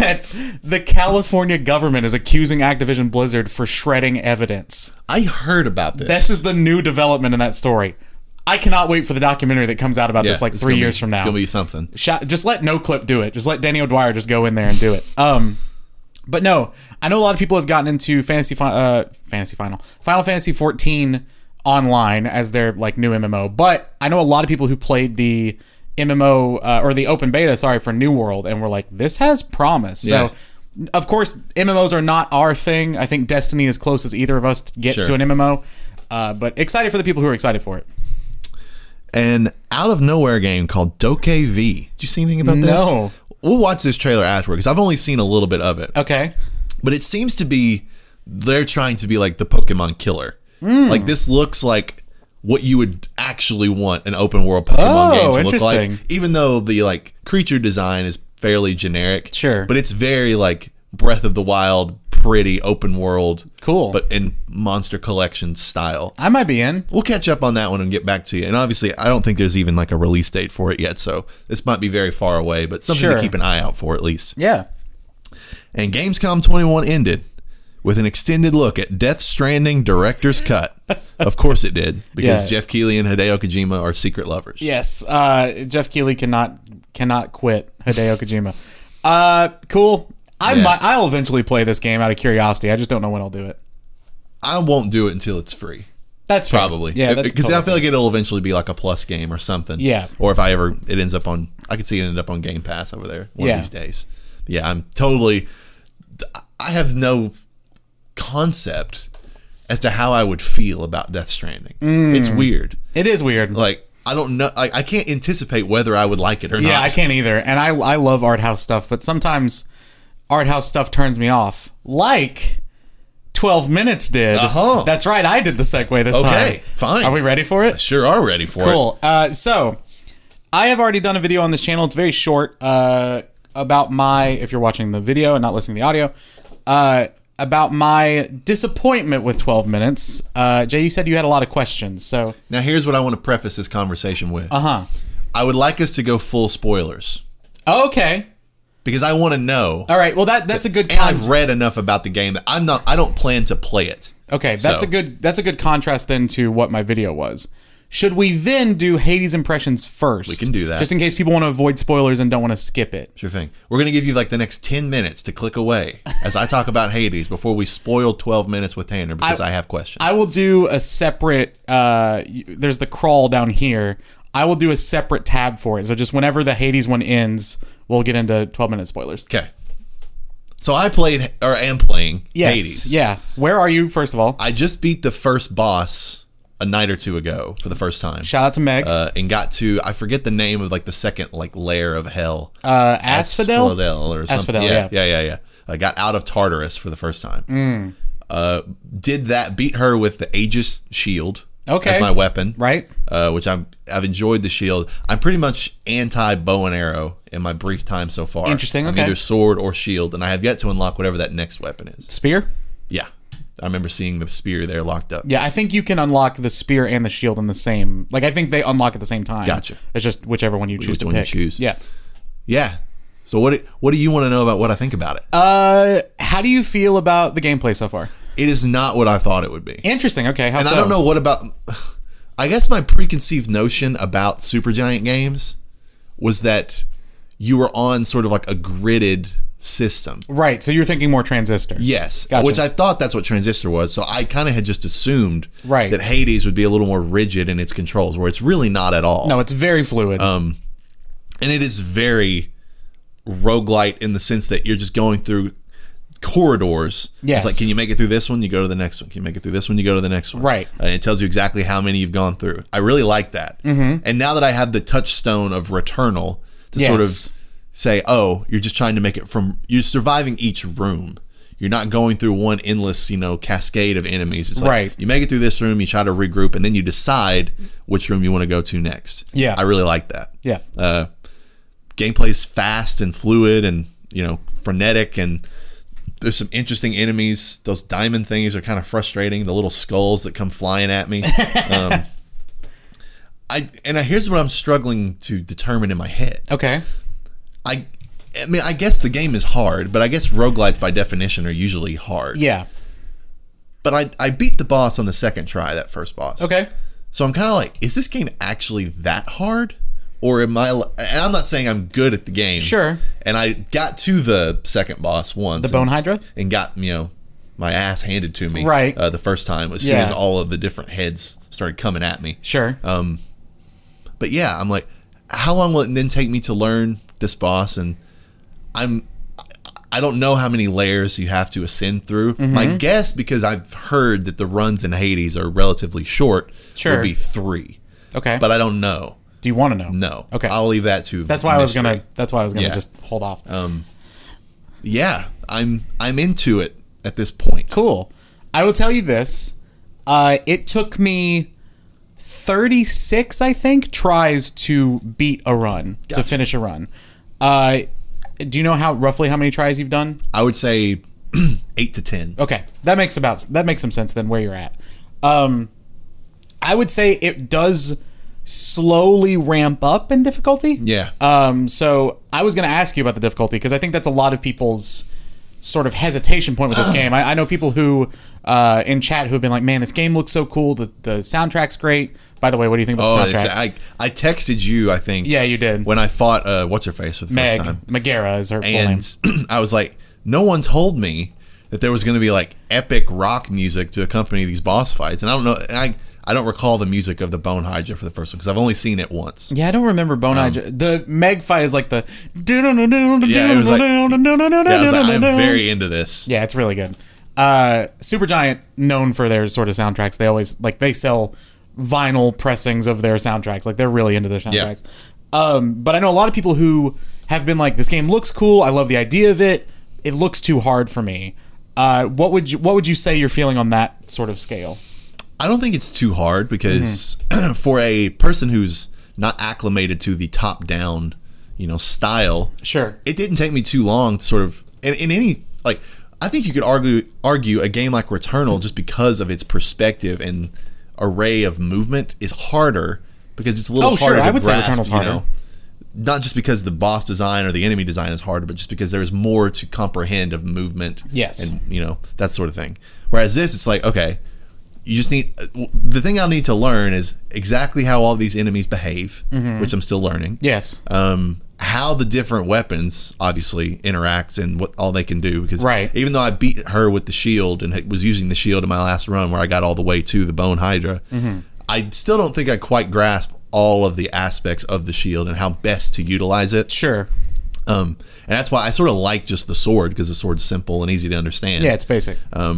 that the California government is accusing Activision Blizzard for shredding evidence?
I heard about this.
This is the new development in that story. I cannot wait for the documentary that comes out about this like
it's
three
gonna be-
years from now
It's going to be something.
shot, just let no clip do it. Just let Danny O'Dwyer just go in there and do it. Um, but no, I know a lot of people have gotten into fantasy, fi- uh, fantasy final, Final Fantasy 14 online as their like new MMO. But I know a lot of people who played the MMO uh, or the open beta, sorry, for New World, and were like, this has promise.
Yeah.
So, of course, MMOs are not our thing. I think Destiny is close as either of us to get
Sure.
to an MMO. Uh, but excited for the people who are excited for it.
An out of nowhere game called Doke V. Did you see anything about this?
No.
We'll watch this trailer afterward because I've only seen a little bit of it.
Okay.
but it seems to be they're trying to be like the Pokemon killer.
Hmm.
Like this looks like what you would actually want an open world Pokemon
Oh,
game to look like,
interesting.
even though the like creature design is fairly generic.
Sure.
but it's very like Breath of the Wild, pretty open world,
Cool.
but in monster collection style.
I might be in.
We'll catch up on that one and get back to you. And obviously, I don't think there's even like a release date for it yet, so this might be very far away, but something
Sure.
to keep an eye out for at least.
Yeah.
And Gamescom 21 ended with an extended look at Death Stranding Director's Cut. Of course it did, because
Yeah.
Jeff Keighley and Hideo Kojima are secret lovers.
Yes, uh, Jeff Keeley cannot cannot quit Hideo Kojima. Uh, cool. I
Yeah.
might, I'll eventually play this game out of curiosity. I just don't know when I'll do it.
I won't do it until it's free.
That's fair.
Probably.
yeah. That's
Because I
totally-
feel like it'll eventually be like a plus game or something.
Yeah.
Or if I ever, it ends up on, I could see it end up on Game Pass over there one
Yeah.
of these days. But yeah, I'm totally, I have no concept as to how I would feel about Death Stranding.
Mm.
It's weird.
it is weird.
like I don't know. I, I can't anticipate whether I would like it or
yeah,
not.
I can't either. And I I love art house stuff, but sometimes art house stuff turns me off. Like. 12 minutes did.
Uh-huh.
That's right. I did the segue this time.
Okay, fine.
Are we ready for it?
Sure, are ready for it.
Cool. Uh, so, I have already done a video on this channel. It's very short uh, about my, if you're watching the video and not listening to the audio, uh, about my disappointment with 12 minutes. Uh, Jay, you said you had a lot of questions. So,
Now here's what I want to preface this conversation with. Uh
huh.
I would like us to go full spoilers
Okay.
because I want to know.
All right. Well, that that's a good.
And
Con-
I've read enough about the game that I'm not. I don't plan to play it.
okay, that's
So-
a good that's a good contrast then to what my video was. Should we then do Hades impressions first? We
can do that.
just in case people want to avoid spoilers and don't want to skip it.
Sure thing. We're gonna give you like the next ten minutes to click away as I talk about Hades before we spoil twelve minutes with Tanner because I, have questions.
I will do a separate. Uh, y- there's the crawl down here. I will do a separate tab for it. So just whenever the Hades one ends, we'll get into 12 minute spoilers.
okay. So I played or am playing
Yes.
Hades.
Yeah. Where are you? First of all,
I just beat the first boss a night or two ago for the first time.
shout out to Meg. Uh,
uh, and got to I forget the name of like the second like layer of hell.
Uh, Asphodel.
Asphodel or something.
Asphodel,
yeah,
yeah. Hmm.
yeah, yeah, yeah. I got out of Tartarus for the first time. Uh, did that beat her with the Aegis shield?
Okay.
as my weapon,
Right.
Uh, which I'm I've enjoyed the shield. I'm pretty much anti bow and arrow in my brief time so far.
Interesting,
I'm
okay.
either sword or shield, and I have yet to unlock whatever that next weapon is.
Spear.
Yeah, I remember seeing the spear there locked up.
Yeah, I think you can unlock the spear and the shield in the same. Like I think they unlock at the same time.
Gotcha.
It's just whichever one you choose to
one you
pick.
choose.
Yeah.
Yeah. So what do- what do you want to know about what I think about it?
Uh, how do you feel about the gameplay so far?
it is not what I thought it would be.
Interesting. Okay. How
And
so?
I don't know what about. I guess my preconceived notion about Supergiant games was that you were on sort of like a gridded system.
Right. So you're thinking more transistor.
Yes,
Gotcha.
which I thought that's what Transistor was. So I kind of had just assumed
Right.
that Hades would be a little more rigid in its controls, where it's really not at all.
No, it's very fluid.
Um, and it is very roguelite in the sense that you're just going through corridors. It's
Yes.
like, can you make it through this one? You go to the next one. Can you make it through this one? You go to the next one.
Right.
And it tells you exactly how many you've gone through. I really like that.
Mm-hmm.
And now that I have the touchstone of Returnal to sort
Yes.
of say, oh, you're just trying to make it from, you're surviving each room. you're not going through one endless, you know, cascade of enemies. It's like
Right.
you make it through this room, you try to regroup, and then you decide which room you want to go to next.
Yeah.
I really like that.
Yeah.
Uh, gameplay's fast and fluid, and you know, frenetic, and there's some interesting enemies. Those diamond things are kind of frustrating. The little skulls that come flying at me. Um, I and I, here's what I'm struggling to determine in my head.
Okay.
I I mean, I guess the game is hard, but I guess roguelites by definition are usually hard.
Yeah.
But I, I beat the boss on the second try, that first boss.
Okay.
So I'm kind of like, is this game actually that hard? Or am I. And I'm not saying I'm good at the game.
Sure.
And I got to the second boss once.
The
and-
Bone Hydra.
and got you know my ass handed to me
Right.
uh, the first time as soon as
Yeah.
all of the different heads started coming at me
Sure.
Um, but yeah i'm like how long will it then take me to learn this boss and i'm i don't know how many layers you have to ascend through
Mm-hmm.
my guess because i've heard that the runs in hades are relatively short
Sure.
would be three
okay.
but i don't know
Do you want to know?
no
Okay.
i'll leave that to
that's why I was
mystery.
gonna. That's why I was gonna
Yeah. Um.
just hold off.
yeah i'm i'm into it at this point
cool. I will tell you this. Uh, it took me 36, I think, tries to beat a run, to finish a run. Uh, do you know how roughly how many tries you've done?
i would say eight to ten
Okay, that makes about that makes some sense then where you're at. Um, I would say it does slowly ramp up in difficulty.
Yeah.
Um, so I was going to ask you about the difficulty because I think that's a lot of people's sort of hesitation point with this game. I, I know people who uh, in chat who have been like, "Man, this game looks so cool. The the soundtrack's great." By the way, what do you think about
Oh,
the
it's-
soundtrack?
I I texted you. I think.
Yeah, you did.
When I fought uh, what's her face for the
Meg
first time,
Megara is her full name.
and I was like, no one told me that there was going to be like epic rock music to accompany these boss fights, and I don't know. and I I don't recall the music of the Bone Hydra for the first one because I've only seen it once.
Yeah, I don't remember Bone Eye. Ju- The Meg fight is like the. Yeah,
it Um, was like- Yeah, I was like, I'm very into this.
Yeah, it's really good. Uh, Supergiant, known for their sort of soundtracks, they always like they sell vinyl pressings of their soundtracks. Like they're really into their soundtracks. Um, but I know a lot of people who have been like, "This game looks cool. I love the idea of it. It looks too hard for me." Uh, what would you What would you say you're feeling on that sort of scale?
I don't think it's too hard because
Mm-hmm.
for a person who's not acclimated to the top down, you know, style,
Sure.
it didn't take me too long to sort of in, in any like I think you could argue argue a game like Returnal just because of its perspective and array of movement is harder because it's a little
Oh, sure.
harder to
I would say
grasp,
Returnal's
you
harder.
know. Not just because the boss design or the enemy design is harder, but just because there's more to comprehend of movement.
Yes.
And, you know, that sort of thing. Whereas this, it's like, okay, you just need. uh, The thing I'll need to learn is exactly how all these enemies behave,
Mm-hmm.
which I'm still learning
Yes.
um, how the different weapons obviously interact and what all they can do. Because
Right.
even though I beat her with the shield and had- was using the shield in my last run where I got all the way to the Bone Hydra,
Mm-hmm.
I still don't think I quite grasp all of the aspects of the shield and how best to utilize it.
Sure.
Um, and that's why I sort of like just the sword because the sword's simple and easy to understand.
Yeah, it's basic.
Uh,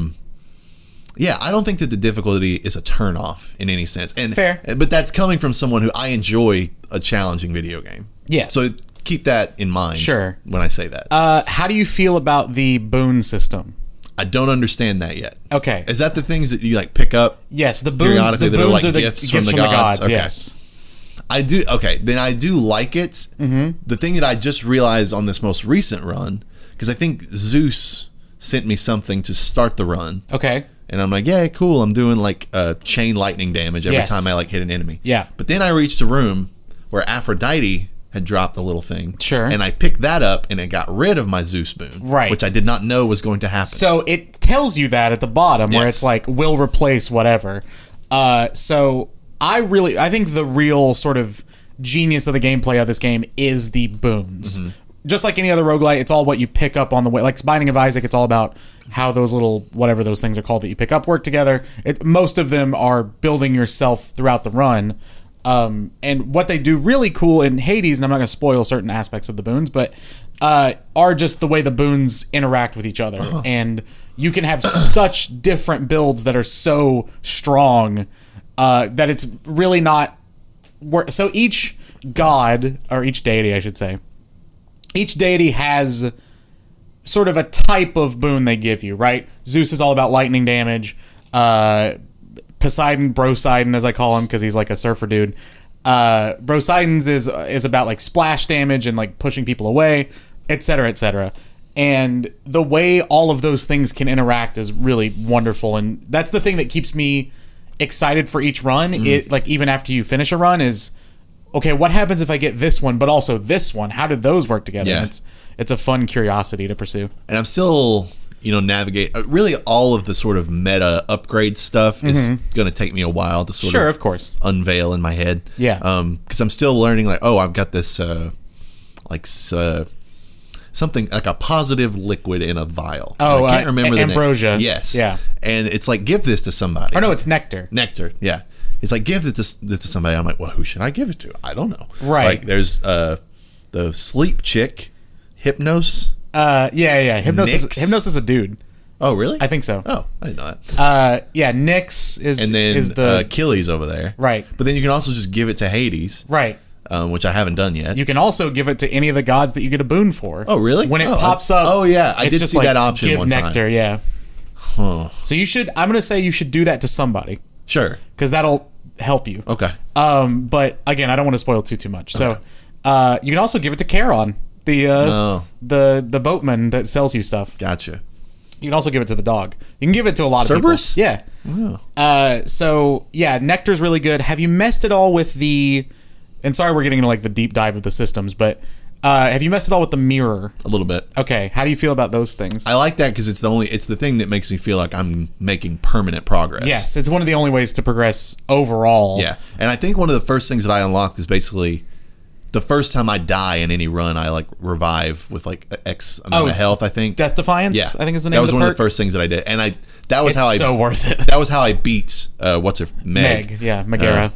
Yeah, I don't think that the difficulty is a turnoff in any sense. And
Fair.
but that's coming from someone who I enjoy a challenging video game.
Yes.
So keep that in mind.
Sure.
When I say that,
uh, how do you feel about the boon system?
I don't understand that yet.
Okay.
Is that the things that you like pick up?
Yes, the boon,
Periodically,
the
that are like
boons are the
gifts
gifts,
from the
from, the
gods.
gods.
Okay.
Yes.
I do. Okay, then I do like it. Mm-hmm. The thing that I just realized on this most recent run, because I think Zeus sent me something to start the run.
Okay.
And I'm like, yeah, cool. I'm doing like uh, chain lightning damage every
Yes.
time I like hit an enemy.
Yeah.
But then I reached a room where Aphrodite had dropped a little thing.
Sure.
And I picked that up and it got rid of my Zeus boon.
Right.
Which I did not know was going to happen.
So it tells you that at the bottom where
Yes.
it's like will replace whatever. Uh, so I really I think the real sort of genius of the gameplay of this game is the boons. Just like any other roguelite, it's all what you pick up on the way. Like Binding of Isaac, it's all about how those little whatever those things are called that you pick up work together. It, most of them are building yourself throughout the run. Um, and what they do really cool in Hades, and I'm not going to spoil certain aspects of the boons, but uh, are just the way the boons interact with each other. And you can have such different builds that are so strong uh, that it's really not. Wor- so each god, or each deity, I should say, each deity has sort of a type of boon they give you, right? Zeus is all about lightning damage. Uh, Poseidon, Broseidon, as I call him, because he's like a surfer dude. Uh, Broseidon's is is about like splash damage and like pushing people away, etc., cetera, etc. Cetera. And the way all of those things can interact is really wonderful, and that's the thing that keeps me excited for each run. It like even after you finish a run is okay. What happens if I get this one, but also this one? How did those work together?
Yeah.
And it's it's a fun curiosity to pursue.
and I'm still, you know, navigate. uh, Really, all of the sort of meta upgrade stuff is going to take me a while to sort
Mm-hmm. Sure,
of,
of course.
unveil in my head.
Yeah.
because I'm still learning. Like, oh, I've got this, uh, like, s- uh, something like a positive liquid in a vial.
Oh,
I can't
uh,
remember
a-
the name.
ambrosia.
Yes.
Yeah.
and it's like give this to somebody.
Or Oh, no, it's nectar.
nectar. Yeah, it's like give it to, this to somebody. I'm like, well, who should I give it to? I don't know.
Right.
Like, there's uh, the sleep chick, hypnos.
Uh, yeah, yeah. Hypnosis.
Nyx?
Hypnosis is a dude.
Oh, really?
I think so.
Oh, I didn't know that.
Uh, yeah. Nyx is
and then uh,
is the
Achilles over there.
Right.
But then you can also just give it to Hades,
right.
um, which I haven't done yet.
You can also give it to any of the gods that you get a boon for.
Oh, really?
When it
Oh, I-
pops up.
oh, yeah, I
it's
did
just
see
like,
that option
Give
one time.
nectar. Yeah.
Huh.
So you should. I'm gonna say you should do that to somebody
Sure.
because that'll help you.
Okay.
Um, but again, I don't want to spoil too too much. So, uh, you can also give it to Charon, the uh,
Oh.
the the boatman that sells you stuff.
Gotcha.
You can also give it to the dog. You can give it to a lot
Cerberus?
of people. Yeah. Uh, so yeah, nectar's really good. Have you messed at all with the? And sorry, we're getting into like the deep dive of the systems, but uh, have you messed at all with the mirror?
A little bit.
Okay, how do you feel about those things?
I like that because it's the only it's the thing that makes me feel like I'm making permanent progress.
yes, it's one of the only ways to progress overall.
Yeah. And I think one of the first things that I unlocked is basically the first time I die in any run, I like revive with like X amount
Oh,
of health. I think.
Death Defiance,
yeah,
I think is the name
That
of
was
the
one
perk.
of the first things that I did, and I that was
it's
how I
so worth it.
that was how I beat uh, what's her Meg.
Meg, yeah, Megara.
Uh,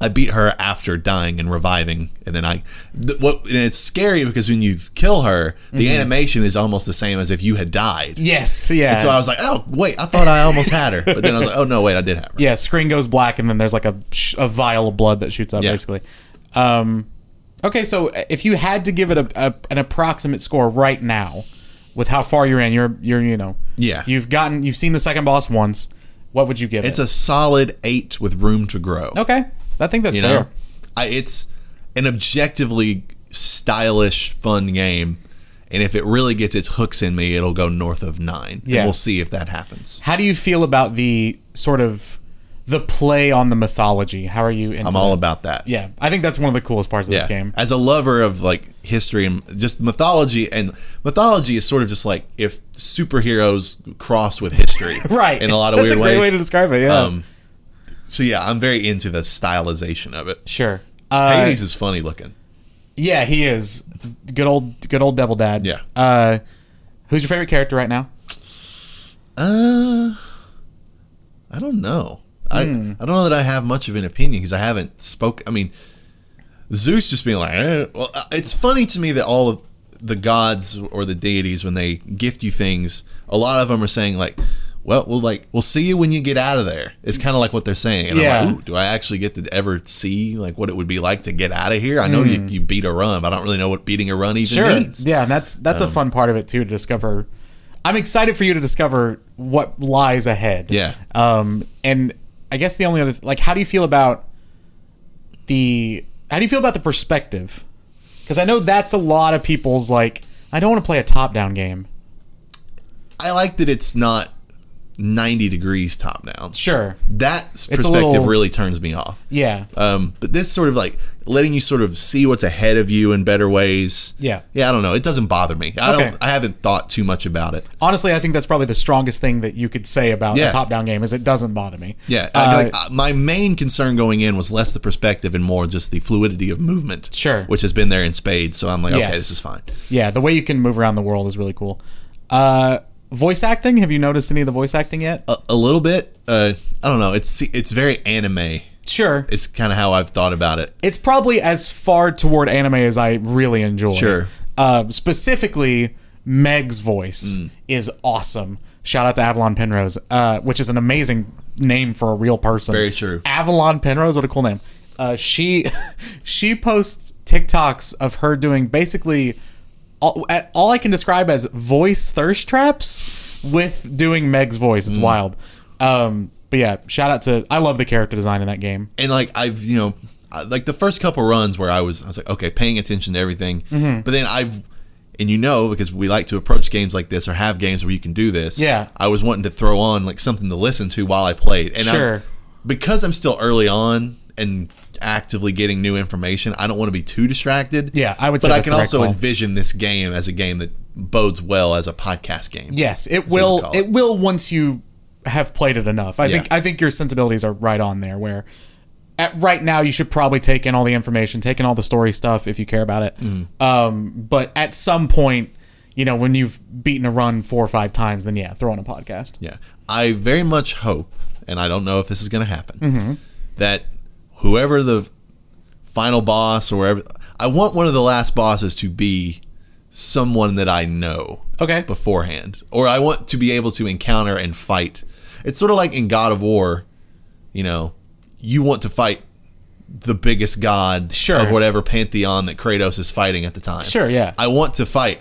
I beat her after dying and reviving, and then I. Th- what and it's scary because when you kill her, the
Mm-hmm.
animation is almost the same as if you had died.
yes, yeah.
So I was like, oh wait, I thought I almost had her, but then I was like, oh no, wait, I did have her.
yeah, screen goes black, and then there's like a, sh- a vial of blood that shoots up,
Yeah.
basically. Um, okay, so if you had to give it a, a an approximate score right now, with how far you're in, you're you're you know,
Yeah.
you've gotten you've seen the second boss once. What would you give
It's
it?
a solid eight with room to grow.
okay, I think that's
You
fair.
know, I, it's an objectively stylish, fun game, and if it really gets its hooks in me, it'll go north of nine.
Yeah.
and we'll see if that happens.
How do you feel about the sort of the play on the mythology? How are you? Into
I'm all
that?
about that.
Yeah, I think that's one of the coolest parts of this game.
As a lover of like history and just mythology, and mythology is sort of just like if superheroes crossed with history,
Right.
In a lot of
That's
weird
a great
ways.
way to describe it, yeah.
Um, so yeah, I'm very into the stylization of it.
Sure. Uh,
Hades is funny looking.
yeah, he is good old good old devil dad.
Yeah.
Uh, who's your favorite character right now?
Uh, I don't know. I I don't know that I have much of an opinion because I haven't spoke. I mean, Zeus just being like, eh. well, uh, it's funny to me that all of the gods or the deities when they gift you things, a lot of them are saying like, well, we'll like we'll see you when you get out of there. It's kind of like what they're saying. And
Yeah.
I'm like, Ooh, do I actually get to ever see like what it would be like to get out of here? I know you, you beat a run, but I don't really know what beating a run even means. Um,
Yeah, and that's that's a fun part of it too to discover. I'm excited for you to discover what lies ahead.
Yeah.
Um, and I guess the only other like, how do you feel about the how do you feel about the perspective? Because I know that's a lot of people's like, I don't want to play a top down game.
I like that it's not ninety degrees top down.
Sure.
that s- perspective
little-
really turns me off.
Yeah.
Um, but this sort of like letting you sort of see what's ahead of you in better ways.
Yeah.
Yeah, I don't know. It doesn't bother me. I
Okay.
don't I haven't thought too much about it.
Honestly, I think that's probably the strongest thing that you could say about
Yeah.
a top down game is it doesn't bother me.
Yeah.
Uh,
I, like, I- my main concern going in was less the perspective and more just the fluidity of movement.
Sure.
Which has been there in spades, so I'm like,
Yes.
okay, this is fine.
yeah, the way you can move around the world is really cool. Uh, voice acting. Have you noticed any of the voice acting yet?
A, a little bit, uh, I don't know. It's it's very anime.
sure.
It's kind of how I've thought about it.
It's probably as far toward anime as I really enjoy.
Sure.
Uh, specifically, Meg's voice
Mm.
is awesome. Shout out to Avalon Penrose, uh, which is an amazing name for a real person.
Very true.
Avalon Penrose, what a cool name. Uh, she she posts TikToks of her doing basically all, at- all I can describe as voice thirst traps with doing Meg's voice.
Mm.
It's wild. Um, but yeah, shout out to I love the character design in that game.
and like I've you know I- like the first couple runs where I was I was like okay paying attention to everything
Mm-hmm.
but then I've and you know because we like to approach games like this or have games where you can do this
Yeah.
I was wanting to throw on like something to listen to while I played and
Sure.
I, because I'm still early on and actively getting new information I don't want to be too distracted
Yeah, I would
but
say
I
that's
can
the right
also
call.
envision this game as a game that bodes well as a podcast game
Yes, it
we
will.
call
It.
it.
will once you have played it enough. I think
Yeah.
I think your sensibilities are right on there. Where at right now you should probably take in all the information, take in all the story stuff if you care about it.
Mm-hmm.
Um, but at some point, you know, when you've beaten a run four or five times, then yeah, throw on a podcast.
Yeah. I very much hope, and I don't know if this is going to happen, that whoever the final boss or wherever, I want one of the last bosses to be someone that I know
Okay.
beforehand, or I want to be able to encounter and fight. It's sort of like in God of War, you know, you want to fight the biggest god
Sure.
of whatever pantheon that Kratos is fighting at the time.
Sure, yeah.
I want to fight.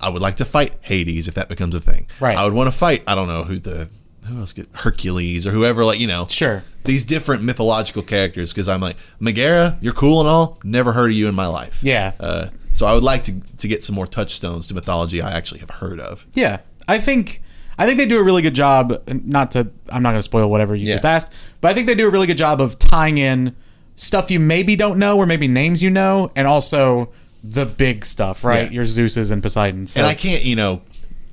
I would like to fight Hades if that becomes a thing.
Right.
I would want to fight. I don't know who the who else get Hercules or whoever. Like you know,
Sure.
These different mythological characters because I'm like Megara, you're cool and all. Never heard of you in my life.
Yeah.
Uh, so I would like to to get some more touchstones to mythology I actually have heard of.
Yeah, I think I think they do a really good job. Not to I'm not going to spoil whatever you
Yeah.
just asked, but I think they do a really good job of tying in stuff you maybe don't know or maybe names you know, and also the big stuff, right?
Yeah.
Your Zeus's and Poseidon's. So,
And I can't, you know,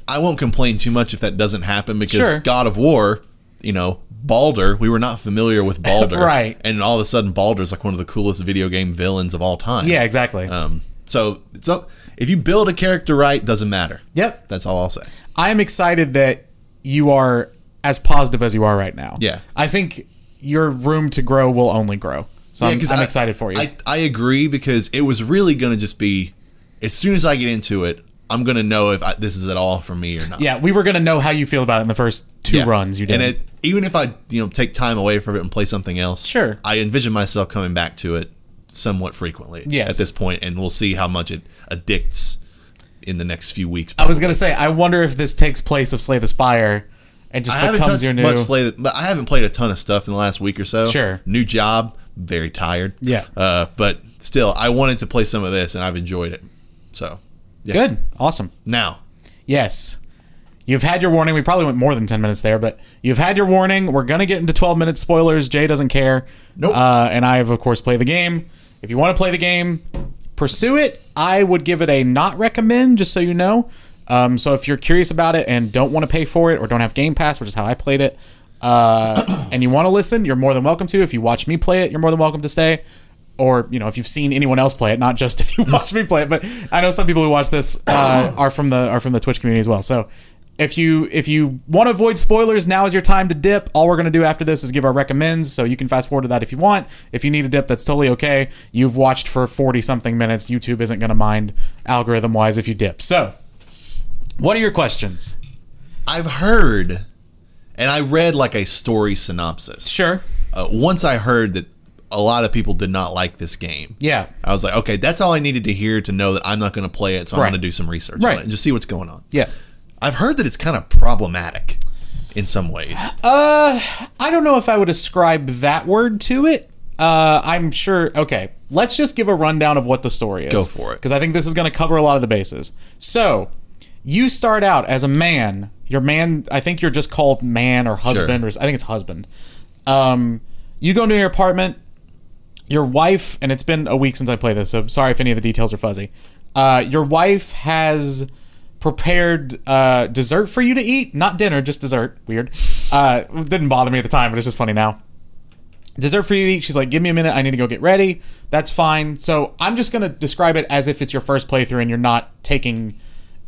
I won't complain too much if that doesn't happen because
Sure.
God of War, you know, Balder, we were not familiar with Balder.
Right.
And all of a sudden, Balder's like one of the coolest video game villains of all time.
yeah, exactly.
Um, so it's up. If you build a character right, doesn't matter.
Yep.
That's all I'll say.
I am excited that you are as positive as you are right now.
Yeah.
I think your room to grow will only grow. So I'm,
'cause
I'm
I-
excited for you.
I, I agree because it was really going to just be, as soon as I get into it, I'm going to know if I, this is at all for me or not.
yeah, we were gonna know how you feel about it in the first two
Yeah.
runs you did.
And it, even if I you know take time away from it and play something else,
Sure.
I envision myself coming back to it somewhat frequently
Yes.
at this point, and we'll see how much it addicts in the next few weeks.
I was gonna say, I wonder if this takes place of Slay the Spire and just
I haven't
becomes your
touched
new.
much Slay, but I haven't played a ton of stuff in the last week or so.
Sure.
new job, very tired.
Yeah.
uh, but still, I wanted to play some of this, and I've enjoyed it. So, yeah.
Good, awesome.
Now,
Yes, you've had your warning. We probably went more than ten minutes there, but you've had your warning. We're gonna get into twelve minute spoilers. Jay doesn't care.
Nope.
Uh, and I have, of course, played the game. If you want to play the game, pursue it. I would give it a not recommend, just so you know. Um, so if you're curious about it and don't want to pay for it or don't have Game Pass, which is how I played it, uh, and you want to listen, you're more than welcome to. If you watch me play it, you're more than welcome to stay. Or you know, if you've seen anyone else play it, not just if you watch me play it. But I know some people who watch this uh, are from the are from the Twitch community as well. So if you if you want to avoid spoilers, now is your time to dip. All we're gonna do after this is give our recommends, so you can fast forward to that if you want. If you need a dip, that's totally okay. You've watched for forty something minutes. YouTube isn't gonna mind algorithm wise if you dip. So, what are your questions?
I've heard, and I read like a story synopsis.
Sure.
uh, once I heard that a lot of people did not like this game,
Yeah.
I was like, okay, that's all I needed to hear to know that I'm not going to play it. So
Right.
I'm going to do some research
Right.
on it and just see what's going on.
Yeah.
I've heard that it's kind of problematic in some ways.
I don't know if I would ascribe that word to it. Uh, I'm sure. Okay, let's just give a rundown of what the story is.
Go for it.
Because I think this is going to cover a lot of the bases. So, you start out as a man. Your man, I think you're just called man or husband, or I think it's husband. Um, you go into your apartment your wife, and it's been a week since I played this, so sorry if any of the details are fuzzy. Uh, your wife has prepared uh, dessert for you to eat, not dinner, just dessert. Weird. Uh, it didn't bother me at the time, but it's just funny now. Dessert for you to eat. She's like, "Give me a minute. I need to go get ready." That's fine. So I'm just gonna describe it as if it's your first playthrough and you're not taking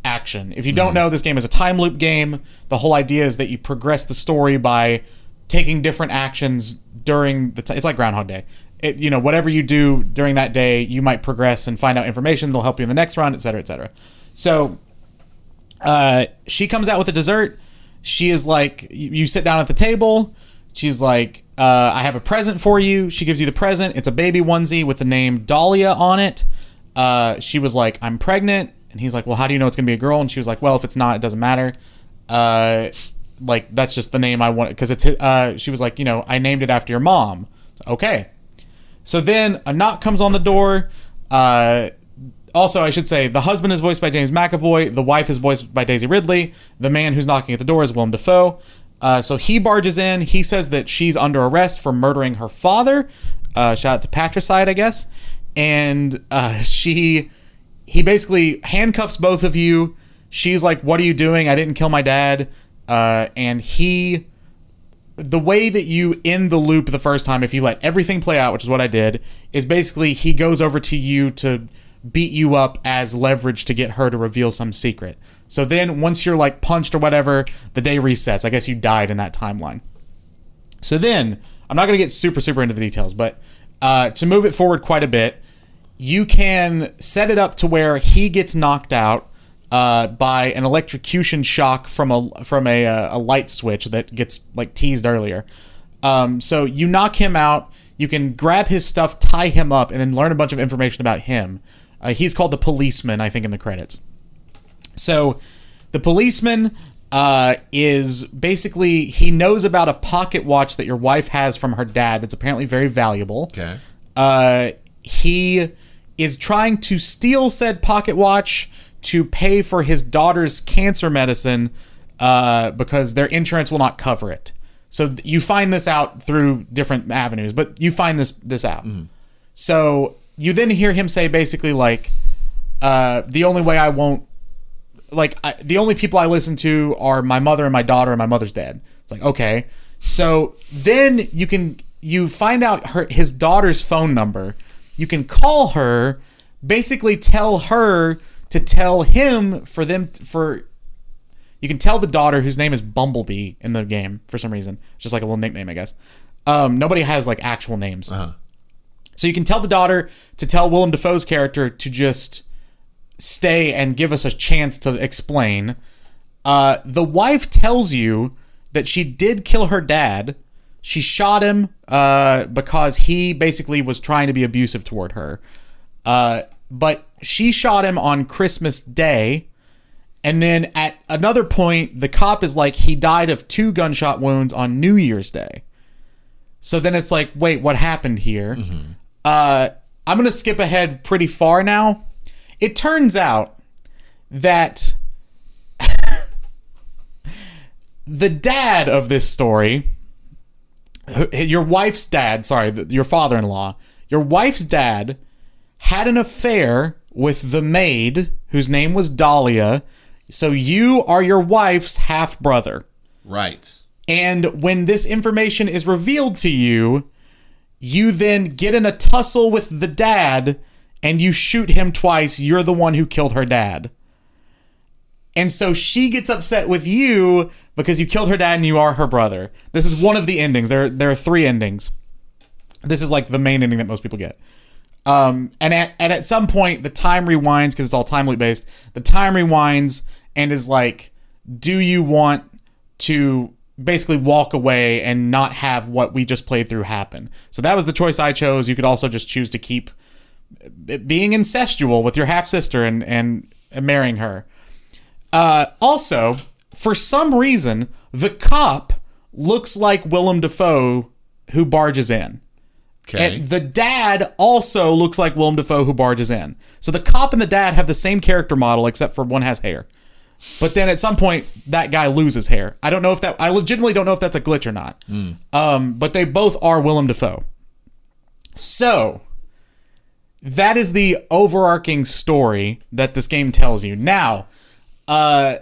action. If you don't know, this game is a time loop game. The whole idea is that you progress the story by taking different actions during the time. It's like Groundhog Day. It, you know, whatever you do during that day, you might progress and find out information that'll help you in the next run, et cetera, et cetera. So uh, she comes out with a dessert. She is like, you you sit down at the table. She's like, uh, I have a present for you. She gives you the present. It's a baby onesie with the name Dahlia on it. Uh, she was like, I'm pregnant. And he's like, well, how do you know it's gonna be a girl? And she was like, well, if it's not, it doesn't matter. Uh, like that's just the name I want because it's. hi- Uh, she was like, you know, I named it after your mom. Okay. So then a knock comes on the door. Uh, also, I should say the husband is voiced by James McAvoy. The wife is voiced by Daisy Ridley. The man who's knocking at the door is Willem Dafoe. Uh, so he barges in. He says that she's under arrest for murdering her father. Uh, shout out to patricide, I guess. And uh, she, he basically handcuffs both of you. She's like, "What are you doing? I didn't kill my dad." Uh, and he the way that you end the loop the first time, if you let everything play out, which is what I did, is basically he goes over to you to beat you up as leverage to get her to reveal some secret. So then, once you're like punched or whatever, the day resets. I guess you died in that timeline. So then, I'm not going to get super, super into the details, but uh, to move it forward quite a bit, you can set it up to where he gets knocked out uh, by an electrocution shock from a from a, uh, a light switch that gets like teased earlier. Um, so you knock him out. You can grab his stuff, tie him up, and then learn a bunch of information about him. Uh, he's called the policeman, I think, in the credits. So the policeman uh, is basically he knows about a pocket watch that your wife has from her dad that's apparently very valuable.
Okay.
Uh, he is trying to steal said pocket watch to pay for his daughter's cancer medicine uh, because their insurance will not cover it. So th- you find this out through different avenues, but you find this this out. So you then hear him say basically like, uh, "The only way I won't like I, the only people I listen to are my mother and my daughter and my mother's dad. It's like okay, so then you can you find out her his daughter's phone number. You can call her, basically tell her to tell him for them for. You can tell the daughter whose name is Bumblebee in the game for some reason. It's just like a little nickname, I guess. Um, nobody has like actual names. So you can tell the daughter to tell Willem Dafoe's character to just stay and give us a chance to explain. Uh, the wife tells you that she did kill her dad. She shot him uh, because he basically was trying to be abusive toward her. Uh, but she shot him on Christmas Day. And then at another point, the cop is like, he died of two gunshot wounds on New Year's Day. So then it's like, wait, what happened here? Uh, I'm going to skip ahead pretty far now. It turns out that the dad of this story, who- your wife's dad, sorry, th- your father in law, your wife's dad had an affair with the maid whose name was Dahlia. So you are your wife's half brother.
Right.
And when this information is revealed to you, you then get in a tussle with the dad and you shoot him twice. You're the one who killed her dad. And so she gets upset with you because you killed her dad and you are her brother. This is one of the endings. There, there are three endings. This is like the main ending that most people get. Um, and at, and at some point, the time rewinds because it's all time loop based. The time rewinds and is like, do you want to basically walk away and not have what we just played through happen? So that was the choice I chose. You could also just choose to keep b- being incestual with your half sister and, and marrying her. Uh, also, for some reason, the cop looks like Willem Dafoe who barges in.
Okay.
And the dad also looks like Willem Dafoe who barges in. So the cop and the dad have the same character model except for one has hair. But then at some point that guy loses hair. I don't know if that I legitimately don't know if that's a glitch or not. Um, but they both are Willem Dafoe. So that is the overarching story that this game tells you. Now, uh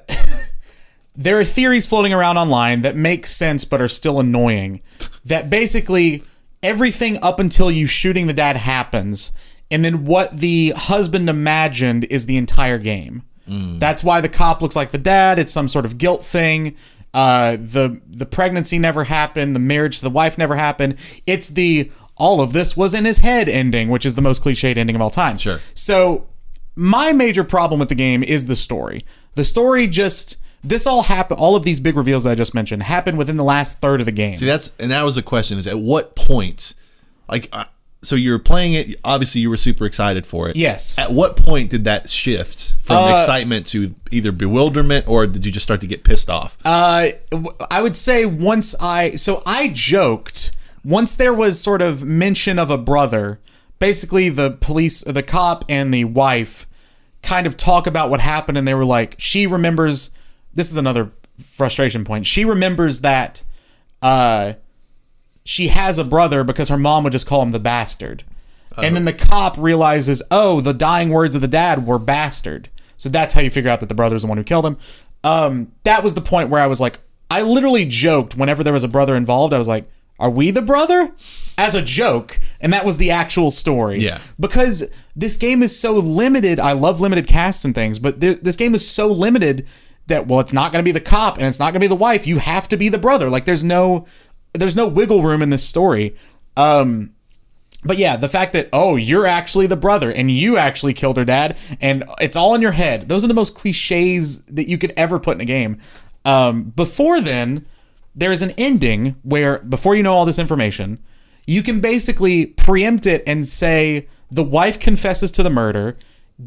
there are theories floating around online that make sense but are still annoying. That basically everything up until you shooting the dad happens, and then what the husband imagined is the entire game. That's why the cop looks like the dad. It's some sort of guilt thing. Uh, the the pregnancy never happened. The marriage to the wife never happened. It's the all of this was in his head ending, which is the most cliched ending of all time.
Sure.
So my major problem with the game is the story. The story just this all happened. All of these big reveals that I just mentioned happened within the last third of the game.
See, that's and that was a question: is at what point, like, uh, so you're playing it. Obviously, you were super excited for it.
Yes.
At what point did that shift from excitement to either bewilderment or did you just start to get pissed off?
Uh, w- I would say once I so I joked once there was sort of mention of a brother. Basically, the police, the cop, and the wife kind of talk about what happened, and they were like, she remembers. This is another frustration point. She remembers that uh, she has a brother because her mom would just call him the bastard. And then the cop realizes, oh, the dying words of the dad were bastard. So that's how you figure out that the brother's the one who killed him. Um, that was the point where I was like, I literally joked whenever there was a brother involved. I was like, are we the brother? As a joke. And that was the actual story.
Yeah.
Because this game is so limited. I love limited casts and things, but th- this game is so limited that, well, it's not going to be the cop and it's not going to be the wife. You have to be the brother. Like, there's no. There's no wiggle room in this story. Um, but yeah, the fact that oh, you're actually the brother and you actually killed her dad, and it's all in your head. Those are the most cliches that you could ever put in a game. Um, before then, there is an ending where before you know all this information, you can basically preempt it and say the wife confesses to the murder,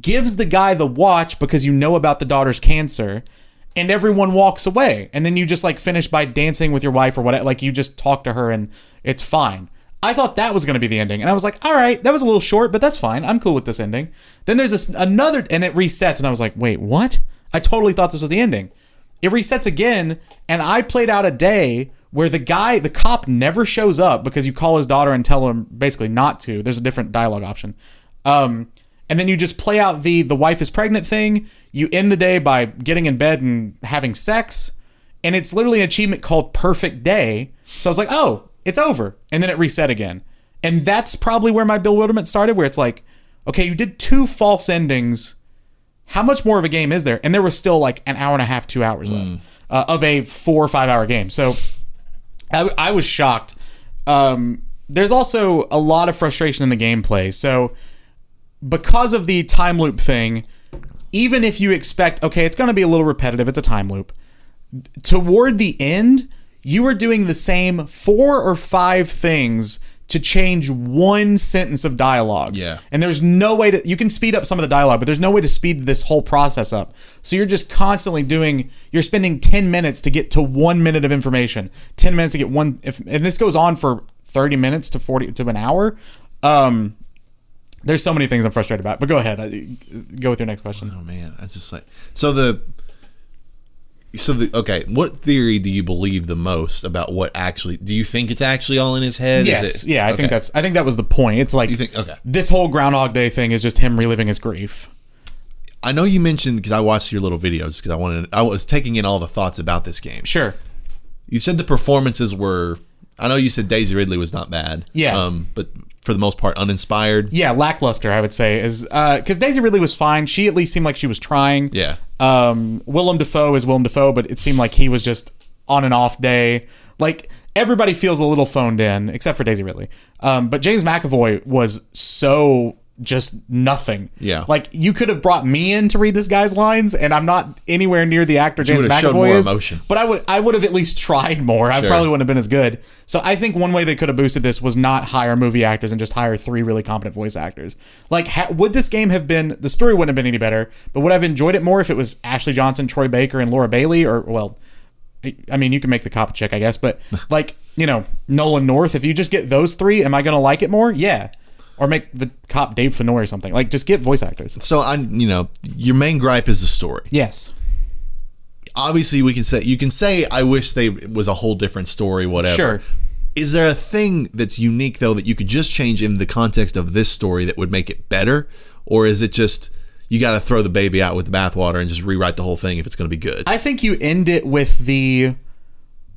gives the guy the watch because you know about the daughter's cancer, and everyone walks away, and then you just like finish by dancing with your wife or whatever. Like you just talk to her and it's fine. I thought that was going to be the ending, and I was like, "All right, that was a little short, but that's fine. I'm cool with this ending." Then there's this another, and it resets, and I was like, "Wait, what?" I totally thought this was the ending. It resets again, and I played out a day where the guy, the cop, never shows up because you call his daughter and tell him basically not to. There's a different dialogue option, um, and then you just play out the the wife is pregnant thing. You end the day by getting in bed and having sex and it's literally an achievement called perfect day so i was like oh it's over and then it reset again and that's probably where my bewilderment started where it's like okay you did two false endings how much more of a game is there and there was still like an hour and a half two hours left uh, of a four or five hour game so I, I was shocked um, there's also a lot of frustration in the gameplay so because of the time loop thing even if you expect okay it's going to be a little repetitive it's a time loop toward the end, you are doing the same four or five things to change one sentence of dialogue.
Yeah.
And there's no way to you can speed up some of the dialogue, but there's no way to speed this whole process up. So you're just constantly doing you're spending 10 minutes to get to 1 minute of information, 10 minutes to get one if and this goes on for 30 minutes to 40 to an hour. Um there's so many things I'm frustrated about, but go ahead. I- Go with your next question.
Oh man, I just like so the so the okay. What theory do you believe the most about what actually? Do you think it's actually all in his head? Is
Yes.
it-
yeah, I
okay.
think that's I think that was the point. It's like
You think- okay.
this whole Groundhog Day thing is just him reliving his grief.
I know you mentioned because I watched your little videos because I wanted. I was taking in all the thoughts about this game.
Sure.
You said the performances were. I know you said Daisy Ridley was not bad.
Yeah.
Um, but for the most part, uninspired.
Yeah, lackluster, I would say, is because Daisy Ridley was fine. She at least seemed like she was trying.
Yeah.
Um, Willem Dafoe is Willem Dafoe, but it seemed like he was just on an off day. Like everybody feels a little phoned in, except for Daisy Ridley. Um, but James McAvoy was so just nothing.
Yeah.
Like you could have brought me in to read this guy's lines, and I'm not anywhere near the actor James
would have showed more
McAvoy is.
emotion.
But I would I would have at least tried more. I probably wouldn't have been as good. So I think one way they could have boosted this was not hire movie actors and just hire three really competent voice actors. Like, ha- would this game have been the story wouldn't have been any better? But would I have enjoyed it more if it was Ashley Johnson, Troy Baker, and Laura Bailey? Or well, I- I mean, you can make the cop check, I guess. But like, you know, Nolan North. If you just get those three, am I gonna like it more? Yeah. Or make the cop Dave Filoni or something. Like, just get voice actors.
So I, you know, your main gripe is the story.
Yes.
Obviously, we can say you can say I wish they it was a whole different story. Whatever.
Sure.
Is there a thing that's unique though that you could just change in the context of this story that would make it better, or is it just you got to throw the baby out with the bathwater and just rewrite the whole thing if it's going to be good?
I think you end it with the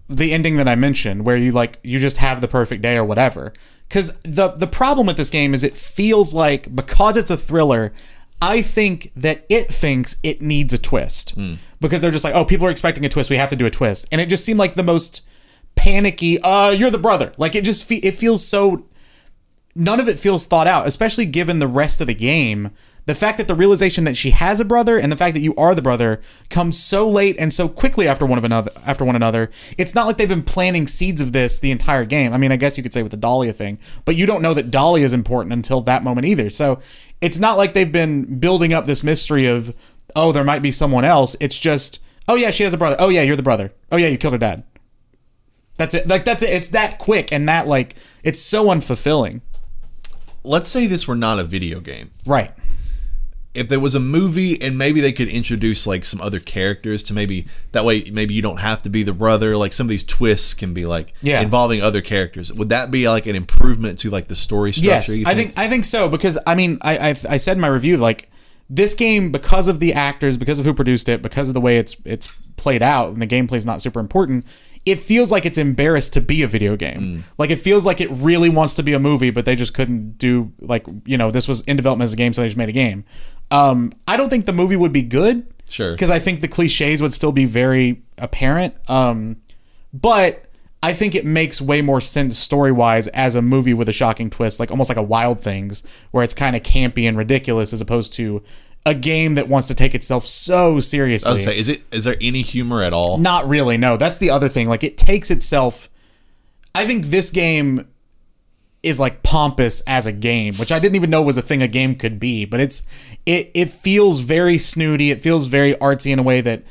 the ending that I mentioned, where you like you just have the perfect day or whatever. Because the the problem with this game is it feels like because it's a thriller, I think that it thinks it needs a twist because they're just like, oh, people are expecting a twist, we have to do a twist, and it just seemed like the most panicky. Uh, you're the brother. Like it just fe- it feels so none of it feels thought out, especially given the rest of the game. The fact that the realization that she has a brother and the fact that you are the brother comes so late and so quickly after one of another after one another. It's not like they've been planting seeds of this the entire game. I mean, I guess you could say with the Dahlia thing, but you don't know that Dahlia is important until that moment either. So it's not like they've been building up this mystery of oh, there might be someone else. It's just, oh yeah, she has a brother. Oh yeah, you're the brother. Oh yeah, you killed her dad. That's it. Like that's it. It's that quick and that like it's so unfulfilling.
Let's say this were not a video game.
Right.
If there was a movie and maybe they could introduce like some other characters to maybe that way maybe you don't have to be the brother. Like some of these twists can be like
Yeah.
involving other characters. Would that be like an improvement to like the story structure?
Yes,
you
I think I think so because I mean I I've, I said in my review like this game because of the actors, because of who produced it, because of the way it's it's played out, and the gameplay's not super important. It feels like it's embarrassed to be a video game.
Mm.
Like it feels like it really wants to be a movie, but they just couldn't do like you know this was in development as a game, so they just made a game. Um, I don't think the movie would be good.
Sure.
Because I think the cliches would still be very apparent. Um, but I think it makes way more sense story wise as a movie with a shocking twist, like almost like a Wild Things, where it's kind of campy and ridiculous as opposed to a game that wants to take itself so seriously.
I would say is it is there any humor at all?
Not really. No, that's the other thing. Like it takes itself. I think this game is like pompous as a game, which I didn't even know was a thing a game could be. But it's it it feels very snooty. It feels very artsy in a way that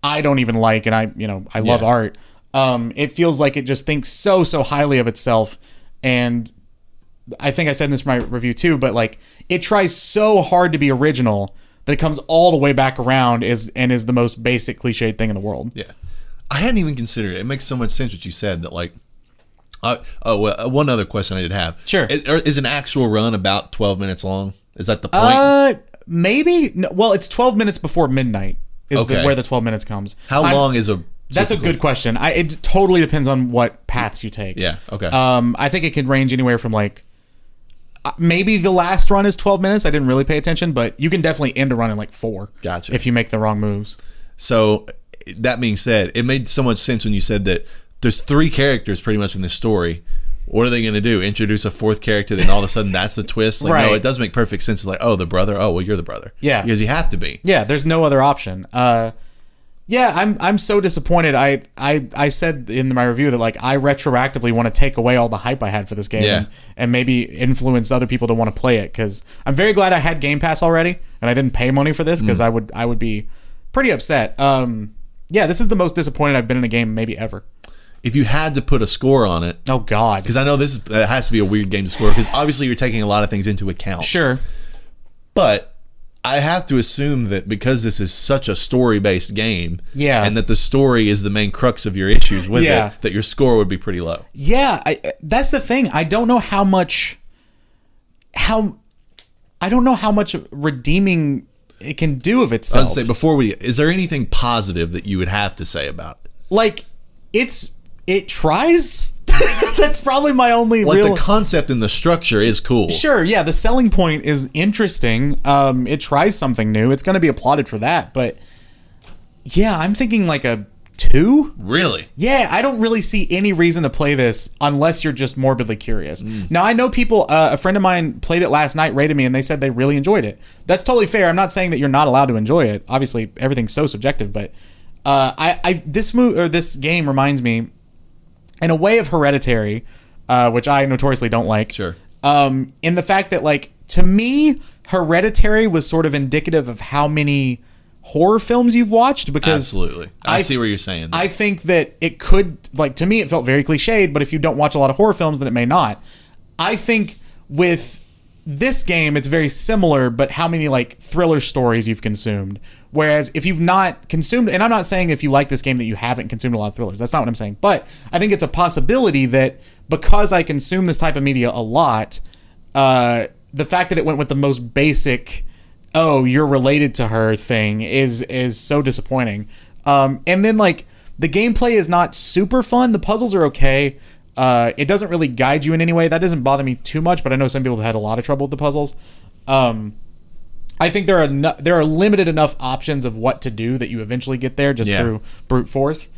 I don't even like, and I you know I love
Yeah.
art. Um, it feels like it just thinks so so highly of itself, and I think I said this in my review too, but like it tries so hard to be original that it comes all the way back around is and is the most basic cliched thing in the world.
Yeah, I hadn't even considered it. It makes so much sense what you said that like. Uh, oh, well, uh, one other question I did have.
Sure.
Is, or is an actual run about 12 minutes long? Is that the point?
Uh, maybe. No, well, it's twelve minutes before midnight. Is the-
Okay.
where the twelve minutes comes.
How
I'm-
long is a.
That's a good question. I, it totally depends on what paths you take.
Yeah, okay.
Um, I think it can range anywhere from like uh, maybe the last run is twelve minutes. I didn't really pay attention, but you can definitely end a run in like four.
Gotcha.
If you make the wrong moves.
So that being said, it made so much sense when you said that there's three characters pretty much in this story. What are they going to do? Introduce a fourth character, then all of a sudden that's the twist? Like, no,
Right.
it does make perfect sense. It's like, oh, the brother. Oh, well, you're the brother.
Yeah.
Because you have to be.
Yeah, there's no other option. Uh, yeah, I'm I'm so disappointed. I, I I said in my review that like I retroactively want to take away all the hype I had for this game
Yeah.
and, and maybe influence other people to want to play it because I'm very glad I had Game Pass already and I didn't pay money for this because I would I would be pretty upset. Um, yeah, this is the most disappointed I've been in a game maybe ever.
If you had to put a score on it,
Oh God,
because I know this is, it has to be a weird game to score, because obviously you're taking a lot of things into account.
sure.
But I have to assume that because this is such a story based game,
Yeah.
and that the story is the main crux of your issues with
Yeah.
it, that your score would be pretty low.
Yeah, I, that's the thing. I don't know how much how I don't know how much redeeming it can do of itself.
I'd say before we, is there anything positive that you would have to say about it?
like it's it tries. that's probably my only
Like
real
the concept and the structure is cool.
Sure, yeah, the selling point is interesting. Um it tries something new. It's going to be applauded for that, but yeah, I'm thinking like a 2
Really?
Yeah, I don't really see any reason to play this unless you're just morbidly curious. Now, I know people, uh, a friend of mine played it last night, rated me, and they said they really enjoyed it. That's totally fair. I'm not saying that you're not allowed to enjoy it. Obviously, everything's so subjective, but uh, I, I this move or this game reminds me, in a way, of Hereditary, uh, which I notoriously don't like.
Sure.
Um, in the fact that, like, to me, Hereditary was sort of indicative of how many horror films you've watched because
Absolutely. I,
I-
see what you're saying.
I think that it could like to me it felt very cliched, but if you don't watch a lot of horror films, then it may not. I think with this game, it's very similar, but how many like thriller stories you've consumed. Whereas if you've not consumed, and I'm not saying if you like this game that you haven't consumed a lot of thrillers, that's not what I'm saying. But I think it's a possibility that because I consume this type of media a lot, uh, the fact that it went with the most basic oh you're related to her thing is is so disappointing um and then like the gameplay is not super fun the puzzles are okay uh it doesn't really guide you in any way that doesn't bother me too much but i know some people have had a lot of trouble with the puzzles um I think there are no, there are limited enough options of what to do that you eventually get there just
Yeah.
through brute force.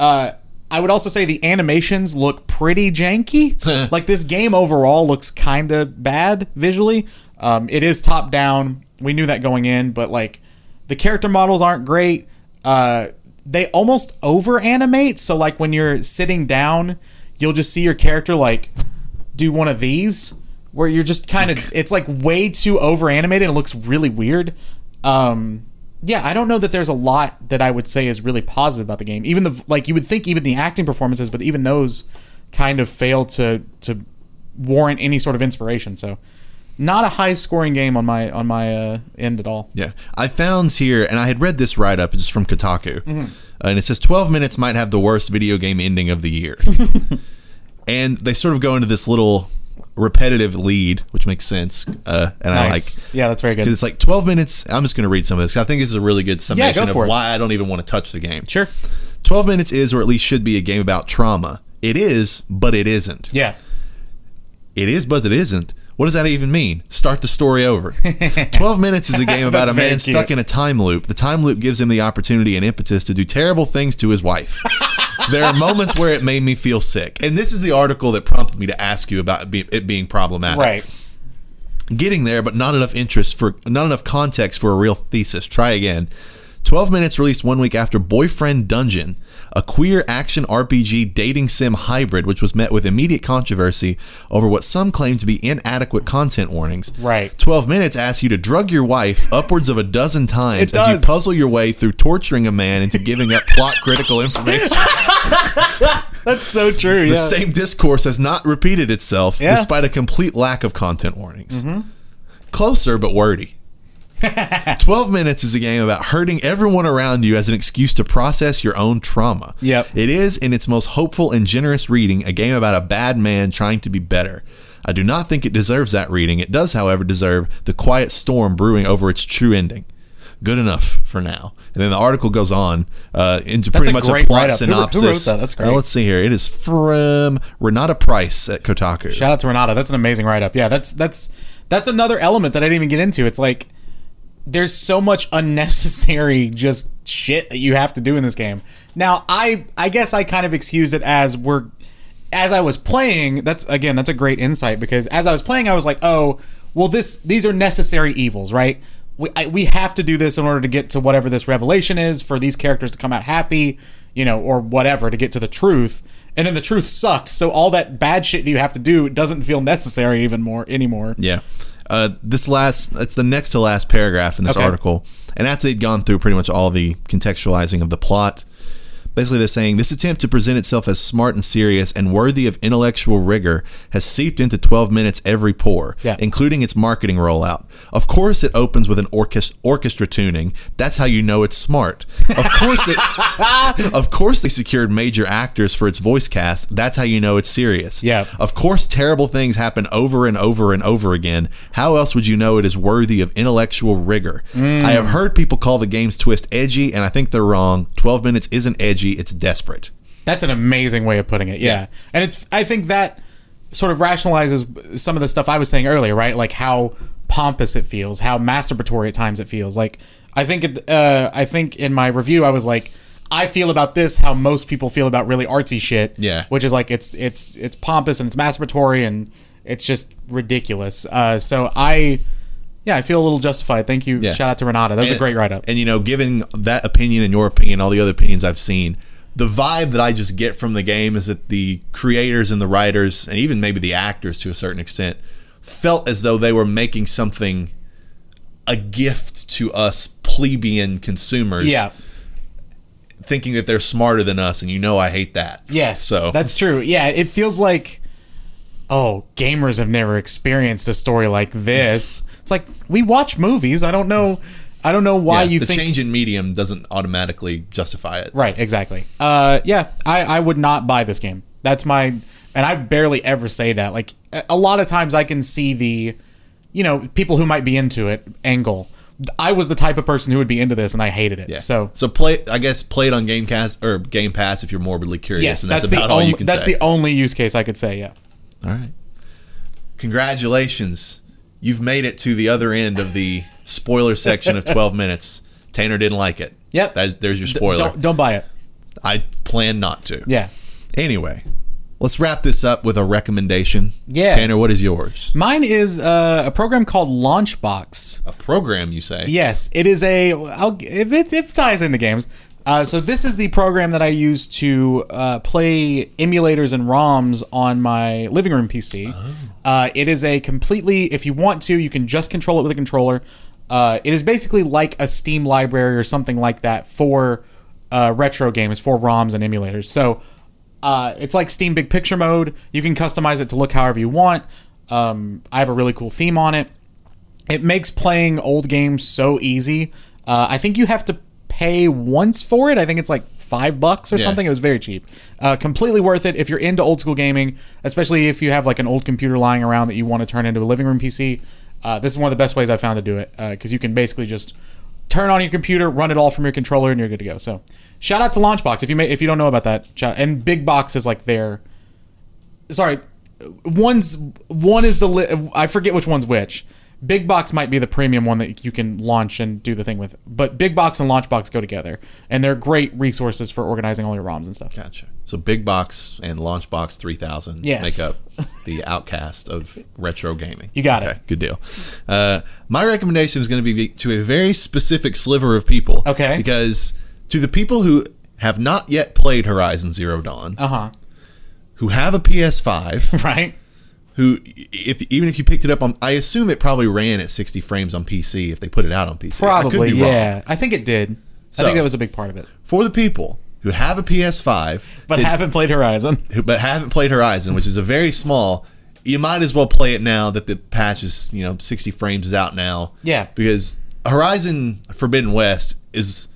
Uh, I would also say the animations look pretty janky. like this game overall looks kind of bad visually. Um, it is top down. We knew that going in, but like the character models aren't great. Uh, they almost over animate. So like when you're sitting down, you'll just see your character like do one of these where you're just kind of it's like way too over animated and it looks really weird um yeah, I don't know that there's a lot that I would say is really positive about the game. Even the like you would think even the acting performances, but even those kind of fail to to warrant any sort of inspiration. So not a high scoring game on my on my uh, end at all.
Yeah, I found here, and I had read this write up. It's from Kotaku,
Mm-hmm.
and it says twelve minutes might have the worst video game ending of the year. and they sort of go into this little repetitive lead, which makes sense, uh, and I like.
Nice. yeah, that's very good.
'cause It's like 12 minutes. I'm just going to read some of this. 'cause I think this is a really good summation of
for it.
why I don't even want to touch the game.
Sure.
12 minutes is, or at least should be, a game about trauma. It is, but it isn't
Yeah.
it is, but it isn't. What does that even mean? Start the story over. 12 minutes is a game about
That's
a man
very cute.
stuck in a time loop. The time loop gives him the opportunity and impetus to do terrible things to his wife. there are moments where it made me feel sick. And this is the article that prompted me to ask you about it be- it being problematic.
Right.
Getting there, but not enough interest for, not enough context for a real thesis. Try again. 12 Minutes released one week after Boyfriend Dungeon, a queer action RPG dating sim hybrid, which was met with immediate controversy over what some claim to be inadequate content warnings.
Right.
12 Minutes asks you to drug your wife upwards of a dozen times
It
as you
does.
puzzle your way through torturing a man into giving up plot critical information.
That's so true. Yeah.
The same discourse has not repeated itself
Yeah. Mm-hmm.
despite a complete lack of content warnings. Closer but wordy. 12 minutes is a game about hurting everyone around you as an excuse to process your own trauma.
Yep.
It is, in its most hopeful and generous reading, a game about a bad man trying to be better. I do not think it deserves that reading. It does, however, deserve the quiet storm brewing over its true ending. Good enough for now. And then the article goes on uh, into pretty
a
much
great
a plot
write-up. Who wr- who wrote
synopsis.
that? That's
Uh,
great.
let's see here. It is from Renata Price at Kotaku.
Shout out to Renata. That's an amazing write up. Yeah, that's that's that's another element that I didn't even get into. It's like there's so much unnecessary just shit that you have to do in this game. Now, I I guess I kind of excused it as we're as I was playing. That's again, that's a great insight because as I was playing, I was like, oh, well, this these are necessary evils, right? We I, we have to do this in order to get to whatever this revelation is for these characters to come out happy, you know, or whatever to get to the truth. And then the truth sucks, so all that bad shit that you have to do doesn't feel necessary even more anymore.
Yeah. Uh, this last, it's the next to last paragraph in this
Okay.
article. And after they'd gone through pretty much all the contextualizing of the plot, basically they're saying this attempt to present itself as smart and serious and worthy of intellectual rigor has seeped into 12 minutes every pour,
Yeah.
including its marketing rollout. Of course, it opens with an orchestra, orchestra tuning. That's how you know it's smart. Of course, it, of course, they secured major actors for its voice cast. That's how you know it's serious.
Yeah.
Of course, terrible things happen over and over and over again. How else would you know it is worthy of intellectual rigor?
Mm.
I have heard people call the game's twist edgy, and I think they're wrong. 12 minutes isn't edgy, it's desperate.
That's an amazing way of putting it. Yeah. And it's I think that sort of rationalizes some of the stuff I was saying earlier, right? Like how pompous it feels, how masturbatory at times it feels. Like I think it, uh I think in my review I was like I feel about this how most people feel about really artsy shit.
Yeah.
Which is like it's it's it's pompous and it's masturbatory and it's just ridiculous. Uh so I yeah, I feel a little justified. Thank you. Shout out to Renata. That was a great write up.
And, you know, giving that opinion and your opinion, all the other opinions I've seen, the vibe that I just get from the game is that the creators and the writers, and even maybe the actors to a certain extent, felt as though they were making something a gift to us plebeian consumers.
Yeah.
thinking that they're smarter than us, and you know I hate that.
Yes,
So
that's true. Yeah, it feels like oh, gamers have never experienced a story like this. It's like we watch movies. I don't know. I don't know why
yeah,
you
the
think
change in medium doesn't automatically justify it.
right. Exactly. Uh, yeah, I I would not buy this game. That's my and I barely ever say that. Like a a lot of times, I can see the you know people who might be into it angle. I was the type of person who would be into this, and I hated it.
Yeah.
So
so play. I guess play it on GameCast or Game Pass if you're morbidly curious,
yes,
and that's,
that's,
about
the
all
only
you can
that's
say.
the only use case I could say. Yeah.
all right. Congratulations, you've made it to the other end of the spoiler section of 12 minutes. Tanner didn't like it.
Yep.
That's, there's your spoiler.
Don't don't buy it.
I plan not to.
Yeah.
Anyway, let's wrap this up with a recommendation.
Yeah.
Tanner, what is yours?
Mine is uh, a program called Launchbox.
A program, you say?
Yes, it is a. I'll, if it, it ties into games. Uh, so this is the program that I use to uh, play emulators and ROMs on my living room PC. Uh, it is a completely. If you want to, you can just control it with a controller. Uh, it is basically like a Steam library or something like that for uh, retro games, for ROMs and emulators. So uh, it's like Steam Big Picture mode. You can customize it to look however you want. Um, I have a really cool theme on it. It makes playing old games so easy. Uh, I think you have to pay once for it. I think it's like five bucks or
Yeah.
something. It was very cheap. Uh, completely worth it if you're into old school gaming, especially if you have like an old computer lying around that you want to turn into a living room PC. Uh, this is one of the best ways I've found to do it because you can basically just turn on your computer, run it all from your controller, and you're good to go. So, shout out to Launchbox if you may, if you don't know about that. Shout, and Big Box is like their sorry, one's one is the li- I forget which one's which. Big box might be the premium one that you can launch and do the thing with, but big box and launch box go together, and they're great resources for organizing all your ROMs and stuff.
Gotcha. So Big Box and Launchbox 3000
Yes.
make up the outcast of retro gaming.
You got it.
Good deal. Uh, my recommendation is going to be to a very specific sliver of people.
Okay.
Because to the people who have not yet played Horizon Zero Dawn,
Uh huh.
who have a PS5,
Right.
who if even if you picked it up on, I assume it probably ran at 60 frames on PC if they put it out on PC. I could
Probably.
be wrong.
Yeah. I think it did. I
So-
think that was a big part of it.
For the people who have a PS5,
But
did-
haven't played Horizon.
who- but haven't played Horizon, which is a very small. You might as well play it now that the patch is you know 60 frames is out now.
Yeah.
because Horizon Forbidden West is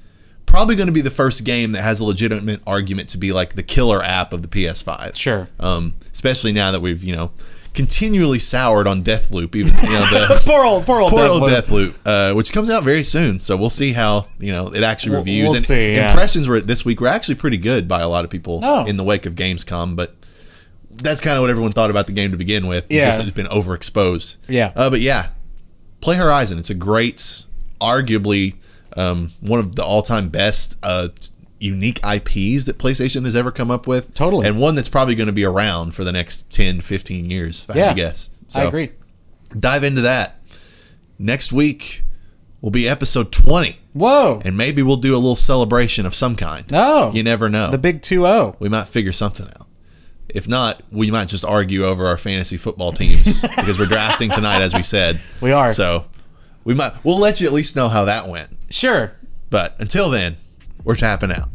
probably going to be the first game that has a legitimate argument to be like the killer app of the PS5.
Sure.
Um, especially now that we've you know continually soured on Deathloop, even you know the.
Poor old, poor old,
Poor
Deathloop.
old Deathloop, uh, which comes out very soon, so we'll see how you know it actually
We'll-
reviews.
we'll
and
see, yeah.
impressions were this week were actually pretty good by a lot of people
Oh.
in the wake of Gamescom, but that's kind of what everyone thought about the game to begin with. It
Yeah.
just has been overexposed.
Yeah.
Uh, but yeah, play Horizon. It's a great, arguably um, one of the all-time best uh, unique IPs that PlayStation has ever come up with.
Totally.
And one that's probably going to be around for the next 10, 15 years, if I had
Yeah.
to guess.
I agree.
Dive into that. Next week will be episode 20,
Whoa.
and maybe we'll do a little celebration of some kind.
No.
You never know
Oh. The big oh. 2 0.
we might figure something out. If not, we might just argue over our fantasy football teams because we're drafting tonight, as we said.
We are.
So we might. We'll let you at least know how that went.
Sure.
But until then, we're tapping out.